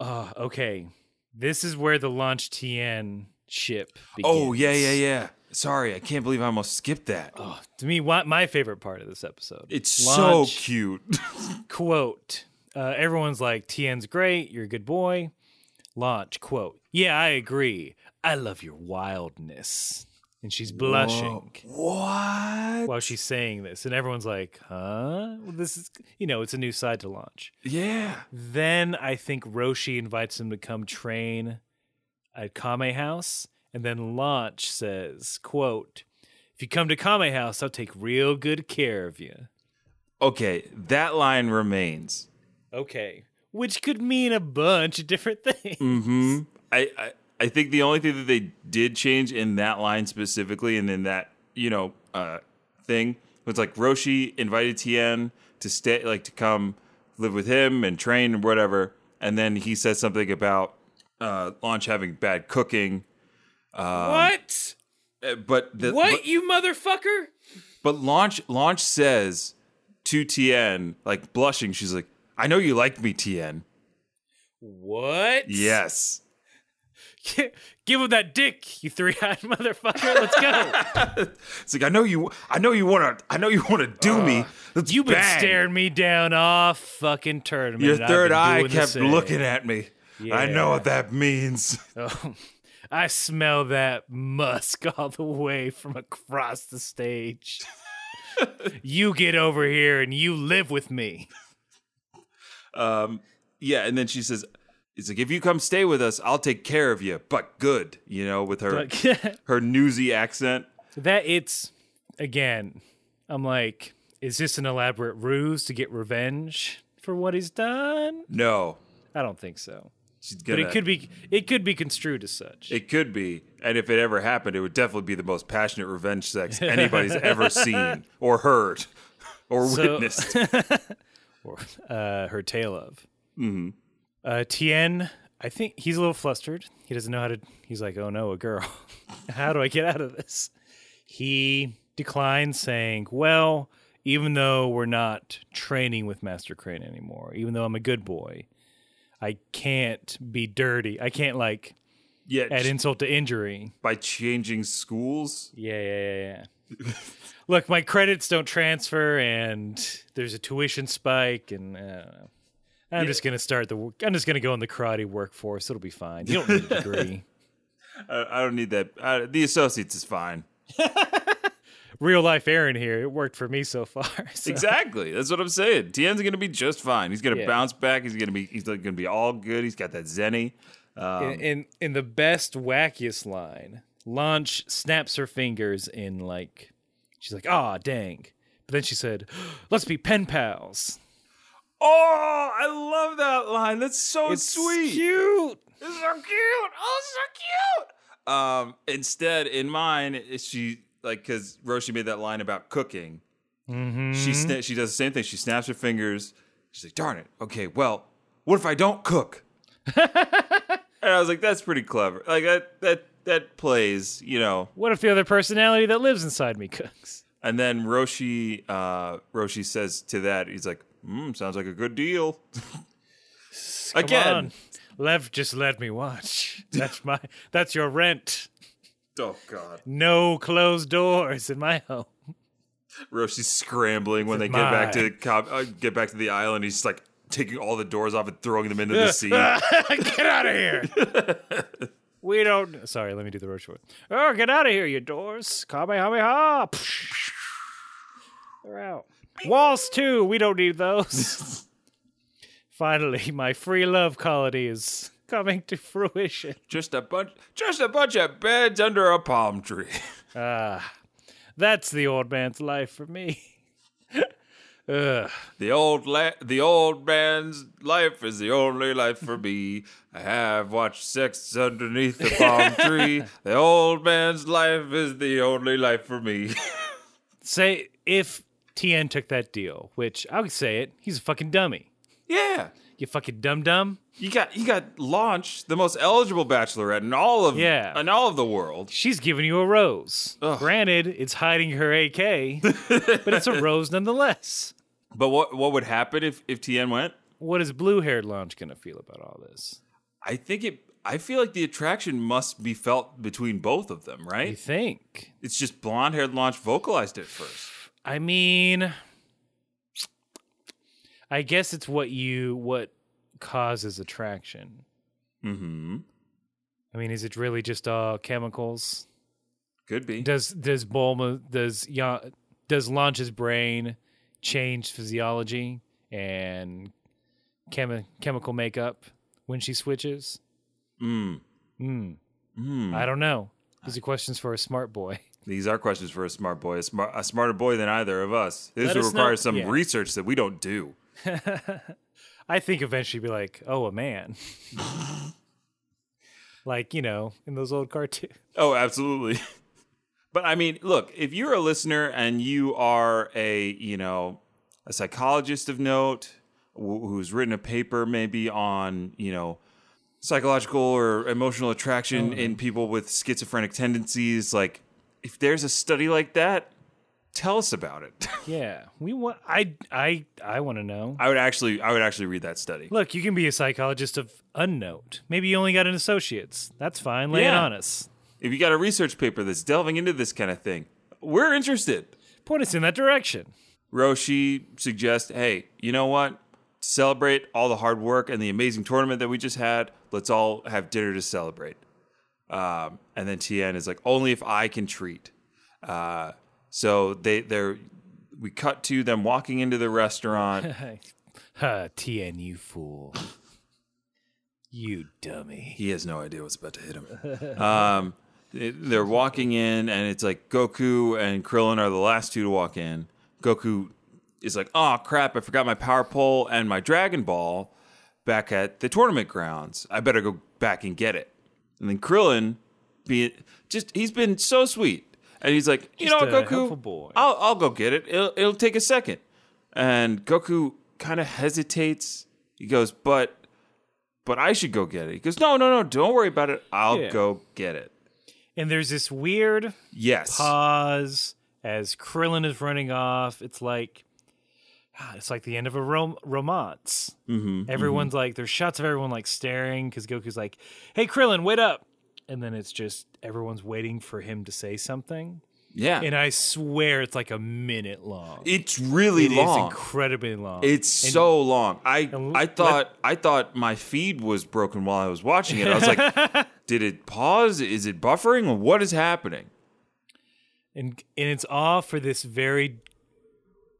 [SPEAKER 2] Ah, okay. This is where the launch TN ship begins.
[SPEAKER 1] Oh, yeah, yeah, yeah. Sorry, I can't believe I almost skipped that.
[SPEAKER 2] Oh, to me, wha- my favorite part of this episode.
[SPEAKER 1] It's
[SPEAKER 2] Launch
[SPEAKER 1] so cute.
[SPEAKER 2] quote. Uh, everyone's like, TN's great. You're a good boy. Launch, quote. Yeah, I agree. I love your wildness. And she's blushing
[SPEAKER 1] what?
[SPEAKER 2] while she's saying this. And everyone's like, huh? Well, this is, you know, it's a new side to launch.
[SPEAKER 1] Yeah.
[SPEAKER 2] Then I think Roshi invites him to come train at Kame House. And then Launch says, quote, if you come to Kame House, I'll take real good care of you.
[SPEAKER 1] Okay, that line remains.
[SPEAKER 2] Okay. Which could mean a bunch of different things.
[SPEAKER 1] hmm I, I I think the only thing that they did change in that line specifically, and in that you know uh, thing, was like Roshi invited Tien to stay, like to come live with him and train and whatever, and then he says something about uh, Launch having bad cooking,
[SPEAKER 2] What?
[SPEAKER 1] Uh, um, but the, But,
[SPEAKER 2] you motherfucker?
[SPEAKER 1] but Launch Launch says to Tien, like blushing, she's like, "I know you like me, Tien."
[SPEAKER 2] What?
[SPEAKER 1] Yes.
[SPEAKER 2] Give him that dick, you three-eyed motherfucker. Let's go.
[SPEAKER 1] It's like I know you. I know you want to. I know you want to do me. Let's
[SPEAKER 2] Uh, You've been
[SPEAKER 1] bang.
[SPEAKER 2] staring me down all fucking tournament.
[SPEAKER 1] Your
[SPEAKER 2] and I've
[SPEAKER 1] third
[SPEAKER 2] been
[SPEAKER 1] eye
[SPEAKER 2] doing the
[SPEAKER 1] kept
[SPEAKER 2] same.
[SPEAKER 1] looking at me. I know what that means.
[SPEAKER 2] Oh, I smell that musk all the way from across the stage. you get over here and you live with me.
[SPEAKER 1] Um, yeah, and then she says, "It's like if you come stay with us, I'll take care of you." But good, you know, with her
[SPEAKER 2] Like,
[SPEAKER 1] her newsy accent.
[SPEAKER 2] that it's again i'm like is this an elaborate ruse to get revenge for what he's done
[SPEAKER 1] No,
[SPEAKER 2] i don't think so
[SPEAKER 1] she's
[SPEAKER 2] but
[SPEAKER 1] gonna.
[SPEAKER 2] it could be it could be construed as such
[SPEAKER 1] It could be, and if it ever happened, it would definitely be the most passionate revenge sex anybody's ever seen or heard or
[SPEAKER 2] So-
[SPEAKER 1] witnessed.
[SPEAKER 2] or uh, her tale of mm-hmm. uh, tien i think he's a little flustered he doesn't know how to he's like oh no a girl how do i get out of this he declines saying well even though we're not training with master crane anymore even though i'm a good boy i can't be dirty i can't like
[SPEAKER 1] Yet
[SPEAKER 2] add insult to injury
[SPEAKER 1] by changing schools,
[SPEAKER 2] yeah, yeah, yeah, yeah. Look, my credits don't transfer, and there's a tuition spike, and I don't know. I'm just gonna start the. wo- I'm just gonna go in the karate workforce. It'll be fine. You don't need a degree.
[SPEAKER 1] I, I don't need that. Uh the associates is fine.
[SPEAKER 2] Real life Aaron here. It worked for me so far. So,
[SPEAKER 1] Exactly. That's what I'm saying. Tien's gonna be just fine. He's gonna
[SPEAKER 2] Yeah.
[SPEAKER 1] bounce back. He's gonna be he's like, gonna be all good. He's got that zenny.
[SPEAKER 2] in, in in the best wackiest line, launch snaps her fingers in like, she's like, ah, dang. But then she said, let's be pen pals.
[SPEAKER 1] Oh, I love that line. That's so sweet.
[SPEAKER 2] cute.
[SPEAKER 1] It's so cute. Oh, so cute. Um, instead, in mine, it- she like because Roshi made that line about cooking.
[SPEAKER 2] Mm-hmm.
[SPEAKER 1] She sna- she does the same thing. She snaps her fingers. She's like, "Darn it. Okay, well, what if I don't cook?" and I was like, "That's pretty clever. Like that that that plays, you know."
[SPEAKER 2] What if the other personality that lives inside me cooks?
[SPEAKER 1] And then Roshi uh, Roshi says to that, he's like, mm, "Sounds like a good deal."
[SPEAKER 2] Come
[SPEAKER 1] Again,
[SPEAKER 2] on. Lev just let me watch. That's my that's your rent.
[SPEAKER 1] Oh God,
[SPEAKER 2] No closed doors in my home.
[SPEAKER 1] Roshi's scrambling when they get back to the cop, uh, get back to the island. He's like taking all the doors off and throwing them into the sea.
[SPEAKER 2] get out of here. we don't. Sorry, let me do the road short. Oh, get out of here, you doors. Kamehameha. They're out. Walls, too. We don't need those. Finally, my free love colony is coming to fruition.
[SPEAKER 1] just a bunch, just a bunch of beds under a palm tree.
[SPEAKER 2] That's the old man's life for me. Ugh.
[SPEAKER 1] The old la- the old man's life is the only life for me. I have watched sex underneath the palm tree. The old man's life is the only life for me.
[SPEAKER 2] Say, if Tien took that deal, which I would say it, he's a fucking dummy.
[SPEAKER 1] yeah.
[SPEAKER 2] You fucking dumb dumb.
[SPEAKER 1] You got you got launched the most eligible bachelorette in all of
[SPEAKER 2] Yeah.
[SPEAKER 1] in all of the world.
[SPEAKER 2] She's giving you a rose. Granted, it's hiding her AK, but it's a rose nonetheless.
[SPEAKER 1] But what what would happen if if TN went?
[SPEAKER 2] What is blue haired Lange going to feel about all this?
[SPEAKER 1] I think it I feel like the attraction must be felt between both of them,
[SPEAKER 2] You
[SPEAKER 1] right?
[SPEAKER 2] think?
[SPEAKER 1] It's just blonde haired launch vocalized it first.
[SPEAKER 2] I mean, I guess it's what you, what causes attraction.
[SPEAKER 1] Mm-hmm.
[SPEAKER 2] I mean, is it really just all chemicals?
[SPEAKER 1] Could be.
[SPEAKER 2] Does does Bulma does ya does Launch's brain change physiology and chemi- chemical makeup when she switches? Mm. Mm. I don't know. These are questions for a smart boy.
[SPEAKER 1] These are questions for a smart boy, a, smart, a smarter boy than either of us. This
[SPEAKER 2] Let
[SPEAKER 1] would
[SPEAKER 2] us know-
[SPEAKER 1] require some
[SPEAKER 2] yeah.
[SPEAKER 1] research that we don't do.
[SPEAKER 2] I think eventually be like, oh, a man. like, you know, in those old cartoons.
[SPEAKER 1] Oh, absolutely. but I mean, look, if you're a listener and you are a, you know, a psychologist of note wh- who's written a paper maybe on, you know, psychological or emotional attraction in people with schizophrenic tendencies, like if there's a study like that, tell us about it.
[SPEAKER 2] Yeah. We want I I I want to know.
[SPEAKER 1] I would actually I would actually read that study.
[SPEAKER 2] Look, you can be a psychologist of unnote. Maybe you only got an associate's. That's fine. Lay it
[SPEAKER 1] Yeah.
[SPEAKER 2] on us.
[SPEAKER 1] If you got a research paper that's delving into this kind of thing, we're interested.
[SPEAKER 2] Point us in that direction.
[SPEAKER 1] Roshi suggests, hey, you know what? To celebrate all the hard work and the amazing tournament that we just had, let's all have dinner to celebrate. Um, and then Tien is like, only if I can treat. Uh, so they they're we cut to them walking into the restaurant.
[SPEAKER 2] Ha, TN, you fool. you dummy.
[SPEAKER 1] he has no idea what's about to hit him. Um, it- they're walking in, and it's like Goku and Krillin are the last two to walk in. Goku is like, "Oh crap! I forgot my power pole and my Dragon Ball back at the tournament grounds. I better go back and get it." And then Krillin, be just he's been so sweet, and he's like, "You
[SPEAKER 2] Just
[SPEAKER 1] know,
[SPEAKER 2] a helpful
[SPEAKER 1] Goku,
[SPEAKER 2] boy."
[SPEAKER 1] I'll I'll go get it. It'll, it'll take a second. And Goku kind of hesitates. He goes, "But." but I should go get it. He goes, no, no, no, don't worry about it. I'll
[SPEAKER 2] Yeah.
[SPEAKER 1] go get it.
[SPEAKER 2] And there's this weird
[SPEAKER 1] Yes.
[SPEAKER 2] pause as Krillin is running off. It's like ah, it's like the end of a rom- romance. Mm-hmm, Everyone's like, there's shots of everyone like staring because Goku's like, "Hey, Krillin, wait up!" And then it's just everyone's waiting for him to say something.
[SPEAKER 1] yeah.
[SPEAKER 2] And I swear it's like a minute long.
[SPEAKER 1] it's really
[SPEAKER 2] It is
[SPEAKER 1] long.
[SPEAKER 2] incredibly long.
[SPEAKER 1] it's so long. I
[SPEAKER 2] And
[SPEAKER 1] I
[SPEAKER 2] let-
[SPEAKER 1] thought I thought my feed was broken while I was watching it. I was like, did it pause? Is it buffering? What is happening?
[SPEAKER 2] and and it's all for this very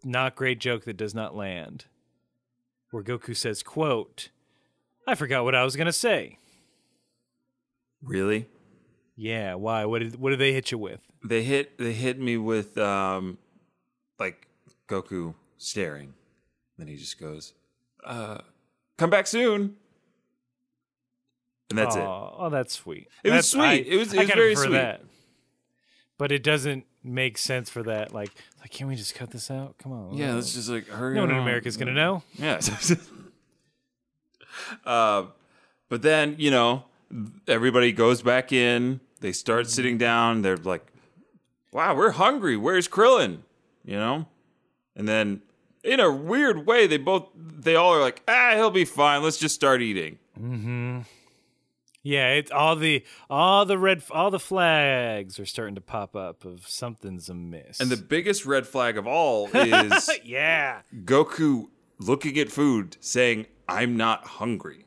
[SPEAKER 2] not great joke that does not land where goku says quote i forgot what i was going to say
[SPEAKER 1] Really?
[SPEAKER 2] yeah why what did what did they hit you with
[SPEAKER 1] They hit they hit me with um like Goku staring. Then he just goes, uh come back soon. And that's it.
[SPEAKER 2] Aw, oh that's sweet
[SPEAKER 1] It was
[SPEAKER 2] That's-
[SPEAKER 1] sweet.
[SPEAKER 2] I-
[SPEAKER 1] It was- it
[SPEAKER 2] I
[SPEAKER 1] was
[SPEAKER 2] kinda
[SPEAKER 1] very
[SPEAKER 2] prefer
[SPEAKER 1] sweet.
[SPEAKER 2] but it doesn't make sense for that like like can we just cut this out come on
[SPEAKER 1] Yeah, that's just like hurry
[SPEAKER 2] no one in
[SPEAKER 1] on.
[SPEAKER 2] america's going to know
[SPEAKER 1] Yeah. uh, but then, you know, everybody goes back in. They start sitting down. They're like, wow, we're hungry. Where's Krillin? You know? And then, in a weird way, they both, they all are like, ah, he'll be fine. Let's just start eating.
[SPEAKER 2] Yeah, it's all the all the red all the flags are starting to pop up of something's amiss.
[SPEAKER 1] And the biggest red flag of all is
[SPEAKER 2] yeah,
[SPEAKER 1] Goku looking at food saying, I'm not hungry.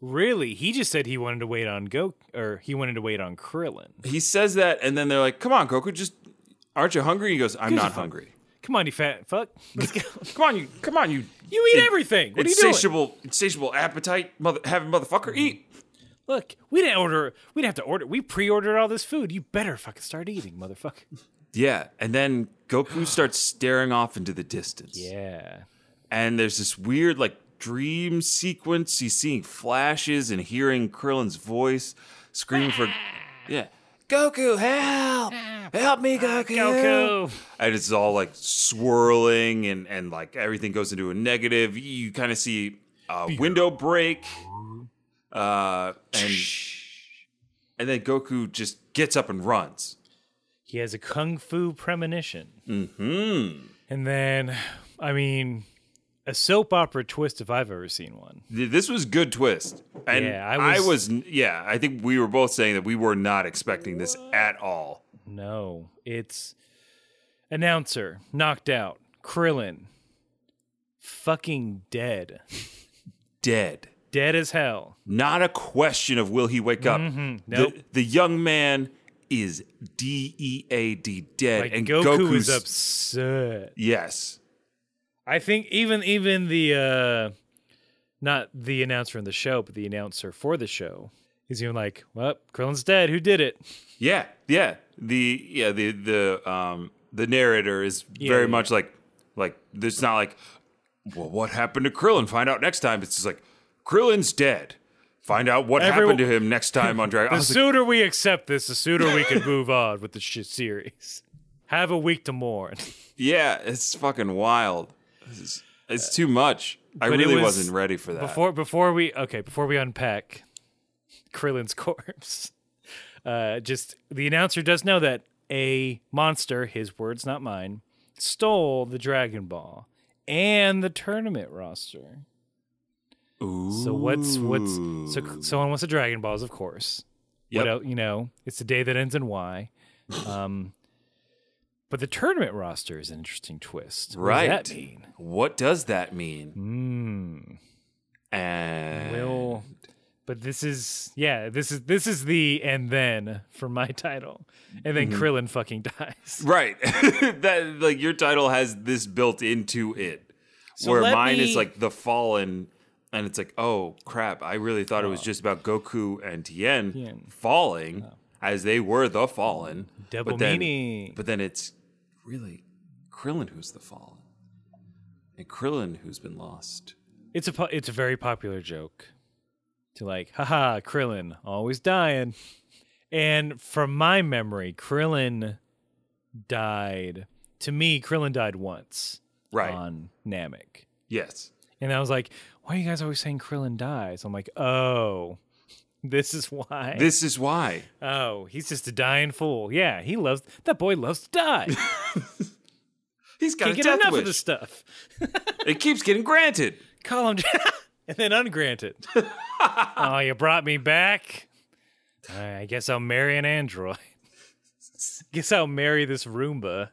[SPEAKER 2] really, he just said he wanted to wait on Go or he wanted to wait on Krillin.
[SPEAKER 1] He says that, and then they're like, Come on, Goku, just aren't you hungry? He goes, I'm not
[SPEAKER 2] you
[SPEAKER 1] hungry.
[SPEAKER 2] Come on, you fat fuck. Let's go.
[SPEAKER 1] Come on, you, come on, you.
[SPEAKER 2] You eat everything. What are you doing?
[SPEAKER 1] insatiable, insatiable appetite, mother, having motherfucker eat.
[SPEAKER 2] Look, we didn't order. We didn't have to order. We pre-ordered all this food. You better fucking start eating, motherfucker.
[SPEAKER 1] Yeah, and then Goku starts staring off into the distance.
[SPEAKER 2] Yeah.
[SPEAKER 1] and there's this weird like dream sequence. He's seeing flashes and hearing Krillin's voice screaming for, yeah, Goku, help, help me, Goku,
[SPEAKER 2] Ah, Goku.
[SPEAKER 1] and it's all like swirling and and like everything goes into a negative. You kind of see a window break, uh, and and then Goku just gets up and runs.
[SPEAKER 2] He has a kung fu premonition. Mm-hmm. And then, I mean, a soap opera twist if I've ever seen one.
[SPEAKER 1] Th- This was good twist, and
[SPEAKER 2] Yeah, I
[SPEAKER 1] I was,
[SPEAKER 2] was-
[SPEAKER 1] yeah. I think we were both saying that we were not expecting this at all.
[SPEAKER 2] No, it's announcer knocked out. Krillin, fucking dead,
[SPEAKER 1] Dead.
[SPEAKER 2] dead as hell.
[SPEAKER 1] Not a question of will he wake up.
[SPEAKER 2] Mm-hmm. Nope.
[SPEAKER 1] The, the young man is D E A D dead,
[SPEAKER 2] Like
[SPEAKER 1] and
[SPEAKER 2] Goku
[SPEAKER 1] Goku's
[SPEAKER 2] is upset.
[SPEAKER 1] Yes,
[SPEAKER 2] I think even even the uh not the announcer in the show, but the announcer for the show is even like, "Well, Krillin's dead. Who did it?"
[SPEAKER 1] yeah, yeah. The yeah the the um the narrator is very
[SPEAKER 2] yeah,
[SPEAKER 1] much like like it's not like well what happened to Krillin? Find out next time. It's just like Krillin's dead. Find out what
[SPEAKER 2] Everyone-
[SPEAKER 1] happened to him next time on Dragon. I
[SPEAKER 2] The
[SPEAKER 1] was like,
[SPEAKER 2] sooner we accept this, the sooner we can move on with the shit series. Have a week to mourn.
[SPEAKER 1] yeah, it's fucking wild. This is- it's too much. I
[SPEAKER 2] But it
[SPEAKER 1] really
[SPEAKER 2] was
[SPEAKER 1] was, not ready for that.
[SPEAKER 2] Before before we okay, before we unpack Krillin's corpse, uh, just the announcer does know that a monster, his words not mine, stole the Dragon Ball and the tournament roster. So what's what's so someone wants the Dragon Balls, of course.
[SPEAKER 1] Yep.
[SPEAKER 2] What el you know, it's the day that ends in Y. Um, but the tournament roster is an interesting twist.
[SPEAKER 1] Right.
[SPEAKER 2] What does that mean?
[SPEAKER 1] What does that mean? And
[SPEAKER 2] Hmm. Will but this is yeah, this is this is the and then for my title. And then Krillin fucking dies.
[SPEAKER 1] right, that like your title has this built into it, where
[SPEAKER 2] let
[SPEAKER 1] mine
[SPEAKER 2] me-
[SPEAKER 1] is like the fallen, and it's like, oh crap! I really thought it was just about Goku and Tien
[SPEAKER 2] Oh. Tien. Oh.
[SPEAKER 1] falling as they were the fallen.
[SPEAKER 2] Double
[SPEAKER 1] but then,
[SPEAKER 2] meaning.
[SPEAKER 1] But then it's really Krillin who's the fallen, and Krillin who's been lost.
[SPEAKER 2] It's a po- it's a very popular joke to like, haha, Krillin always dying. And from my memory, Krillin died. To me, Krillin died once
[SPEAKER 1] Right.
[SPEAKER 2] on Namek,
[SPEAKER 1] Yes.
[SPEAKER 2] and I was like, why are you guys always saying Krillin dies? I'm like, oh, this is why.
[SPEAKER 1] This is why.
[SPEAKER 2] oh, he's just a dying fool. Yeah, he loves that boy loves to die.
[SPEAKER 1] He's got
[SPEAKER 2] Can't
[SPEAKER 1] a
[SPEAKER 2] get
[SPEAKER 1] death
[SPEAKER 2] enough
[SPEAKER 1] wish.
[SPEAKER 2] of this stuff.
[SPEAKER 1] It keeps getting granted.
[SPEAKER 2] Call him and then ungranted. oh, you brought me back. All right, I guess I'll marry an android. Guess I'll marry this Roomba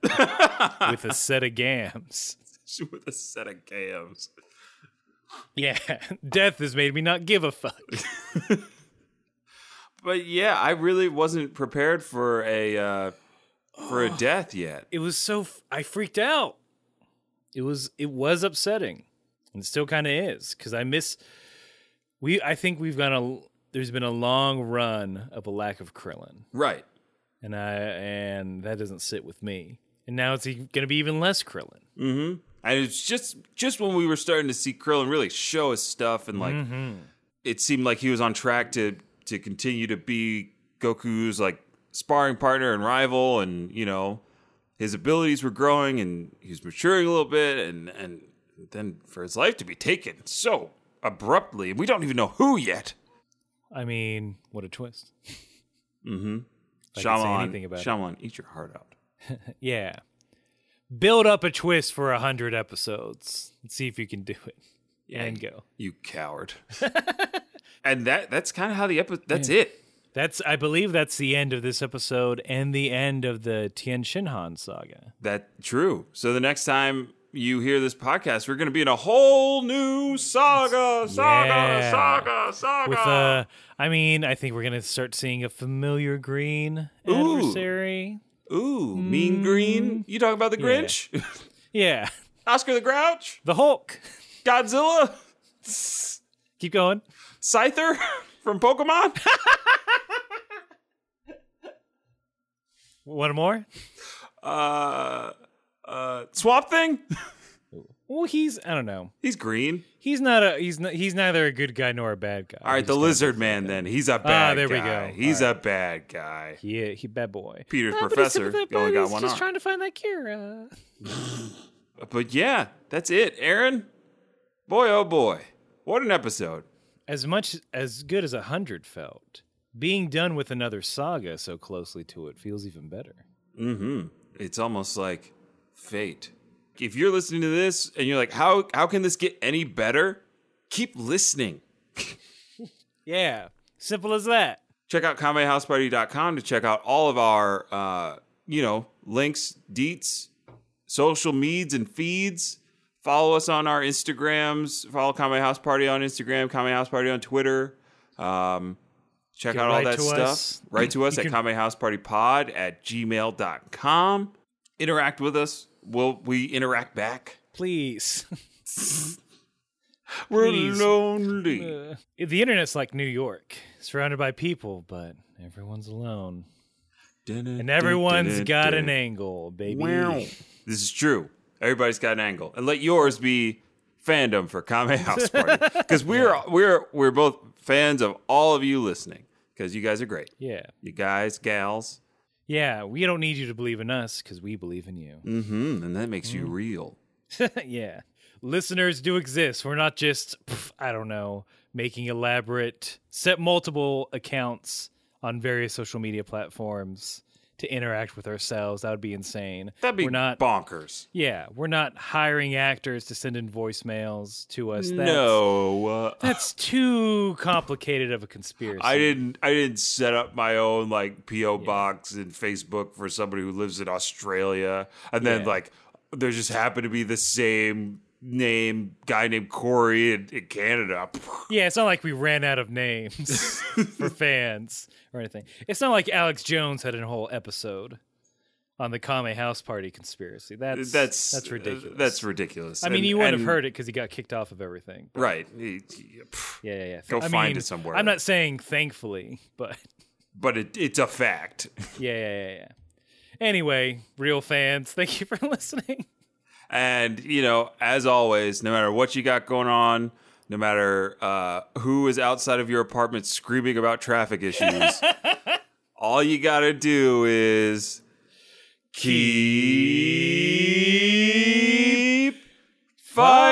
[SPEAKER 2] with a set of gams.
[SPEAKER 1] with a set of gams.
[SPEAKER 2] Yeah, death has made me not give a fuck.
[SPEAKER 1] But yeah, I really wasn't prepared for a uh, for a death yet.
[SPEAKER 2] It was so f- I freaked out. It was it was upsetting, and it still kind of is because I miss. We I think we've gone a there's been a long run of a lack of Krillin.
[SPEAKER 1] Right.
[SPEAKER 2] and I and that doesn't sit with me. And now it's going to be even less Krillin.
[SPEAKER 1] And it's just just when we were starting to see Krillin really show his stuff and like it seemed like he was on track to to continue to be Goku's like sparring partner and rival and you know his abilities were growing and he was maturing a little bit and and then for his life to be taken so abruptly and we don't even know who yet.
[SPEAKER 2] I mean, what a twist! I can say anything
[SPEAKER 1] Shyamalan,
[SPEAKER 2] about it.
[SPEAKER 1] Shyamalan, eat your heart out.
[SPEAKER 2] Yeah, build up a twist for a hundred episodes and see if you can do it.
[SPEAKER 1] Yeah,
[SPEAKER 2] and
[SPEAKER 1] you-
[SPEAKER 2] go.
[SPEAKER 1] You coward. and that that's kind of how the episode. That's it.
[SPEAKER 2] That's I believe that's the end of this episode and the end of the Tien Shinhan saga.
[SPEAKER 1] That true. So the next time you hear this podcast, we're going to be in a whole new saga, saga,
[SPEAKER 2] Yeah.
[SPEAKER 1] saga, saga.
[SPEAKER 2] With uh I mean, I think we're gonna start seeing a familiar green
[SPEAKER 1] Ooh.
[SPEAKER 2] adversary.
[SPEAKER 1] Ooh, Mean
[SPEAKER 2] Mm.
[SPEAKER 1] Green. You talking about the Grinch,
[SPEAKER 2] Yeah.
[SPEAKER 1] Oscar the Grouch,
[SPEAKER 2] The Hulk.
[SPEAKER 1] Godzilla,
[SPEAKER 2] Keep going.
[SPEAKER 1] Scyther from Pokemon,
[SPEAKER 2] One more?
[SPEAKER 1] uh, uh, Swamp Thing.
[SPEAKER 2] Well he's I don't know.
[SPEAKER 1] He's green.
[SPEAKER 2] He's not a he's not, he's neither a good guy nor a bad guy.
[SPEAKER 1] All right, the lizard man. Then he's a bad
[SPEAKER 2] Ah, there we
[SPEAKER 1] guy.
[SPEAKER 2] go.
[SPEAKER 1] He's a bad guy.
[SPEAKER 2] Yeah, he bad boy.
[SPEAKER 1] Peter's
[SPEAKER 2] Ah, but he's
[SPEAKER 1] professor.
[SPEAKER 2] sympathetic,
[SPEAKER 1] He only
[SPEAKER 2] but
[SPEAKER 1] got
[SPEAKER 2] he's
[SPEAKER 1] one
[SPEAKER 2] just
[SPEAKER 1] arm.
[SPEAKER 2] trying to find that cure. Uh,
[SPEAKER 1] But yeah, that's it, Aaron. Boy, oh boy, what an episode!
[SPEAKER 2] as much as good as a hundred felt, being done with another saga so closely to it feels even better.
[SPEAKER 1] Mm-hmm. It's almost like fate. If you're listening to this and you're like, how how can this get any better? Keep listening.
[SPEAKER 2] Yeah, simple as that.
[SPEAKER 1] Check out KameHouseParty.com to check out all of our, uh, you know, links, deets, social meds, and feeds. Follow us on our Instagrams. Follow Kame House Party on Instagram, Kame House Party on Twitter. Um, check
[SPEAKER 2] You
[SPEAKER 1] out
[SPEAKER 2] can
[SPEAKER 1] all
[SPEAKER 2] write
[SPEAKER 1] that
[SPEAKER 2] to
[SPEAKER 1] stuff.
[SPEAKER 2] us.
[SPEAKER 1] Write to us
[SPEAKER 2] You
[SPEAKER 1] at
[SPEAKER 2] can-
[SPEAKER 1] KameHousePartyPod at gmail.com. Interact with us. Will we interact back?
[SPEAKER 2] Please.
[SPEAKER 1] We're
[SPEAKER 2] Please.
[SPEAKER 1] lonely.
[SPEAKER 2] Uh, the internet's like New York, surrounded by people, but everyone's alone. And everyone's got an angle, baby.
[SPEAKER 1] This is true. Everybody's got an angle, and let yours be fandom for Kame House Party because we're we're we're both fans of all of you listening because you guys are great.
[SPEAKER 2] Yeah.
[SPEAKER 1] You guys, gals,
[SPEAKER 2] Yeah, we don't need you to believe in us because we believe in you.
[SPEAKER 1] mm-hmm, and that makes you
[SPEAKER 2] Mm.
[SPEAKER 1] real.
[SPEAKER 2] yeah. Listeners do exist. We're not just, pff, I don't know, making elaborate, set multiple accounts on various social media platforms to interact with ourselves. That would be insane.
[SPEAKER 1] That'd be
[SPEAKER 2] we're not,
[SPEAKER 1] bonkers.
[SPEAKER 2] yeah, we're not hiring actors to send in voicemails to us. That's,
[SPEAKER 1] no, uh,
[SPEAKER 2] That's too complicated of a conspiracy.
[SPEAKER 1] I didn't. I didn't set up my own like PO box and Facebook for somebody who lives in Australia, and then
[SPEAKER 2] Yeah.
[SPEAKER 1] like there just happened to be the same name guy named Corey in, in Canada.
[SPEAKER 2] Yeah, it's not like we ran out of names for fans or anything. It's not like Alex Jones had a whole episode on the Kame House Party conspiracy. That's
[SPEAKER 1] That's uh,
[SPEAKER 2] that's ridiculous.
[SPEAKER 1] That's ridiculous.
[SPEAKER 2] I mean,
[SPEAKER 1] And-
[SPEAKER 2] you wouldn't
[SPEAKER 1] and-
[SPEAKER 2] have heard it because he got kicked off of everything. But
[SPEAKER 1] right? He- he- pff,
[SPEAKER 2] yeah, yeah, yeah.
[SPEAKER 1] Go
[SPEAKER 2] I
[SPEAKER 1] find
[SPEAKER 2] mean,
[SPEAKER 1] it somewhere.
[SPEAKER 2] I'm not saying thankfully, but
[SPEAKER 1] But it, it's a fact.
[SPEAKER 2] yeah, yeah, yeah, yeah. Anyway, real fans, thank you for listening.
[SPEAKER 1] And, you know, as always, no matter what you got going on, no matter uh, who is outside of your apartment screaming about traffic issues, all you got to do is keep fighting.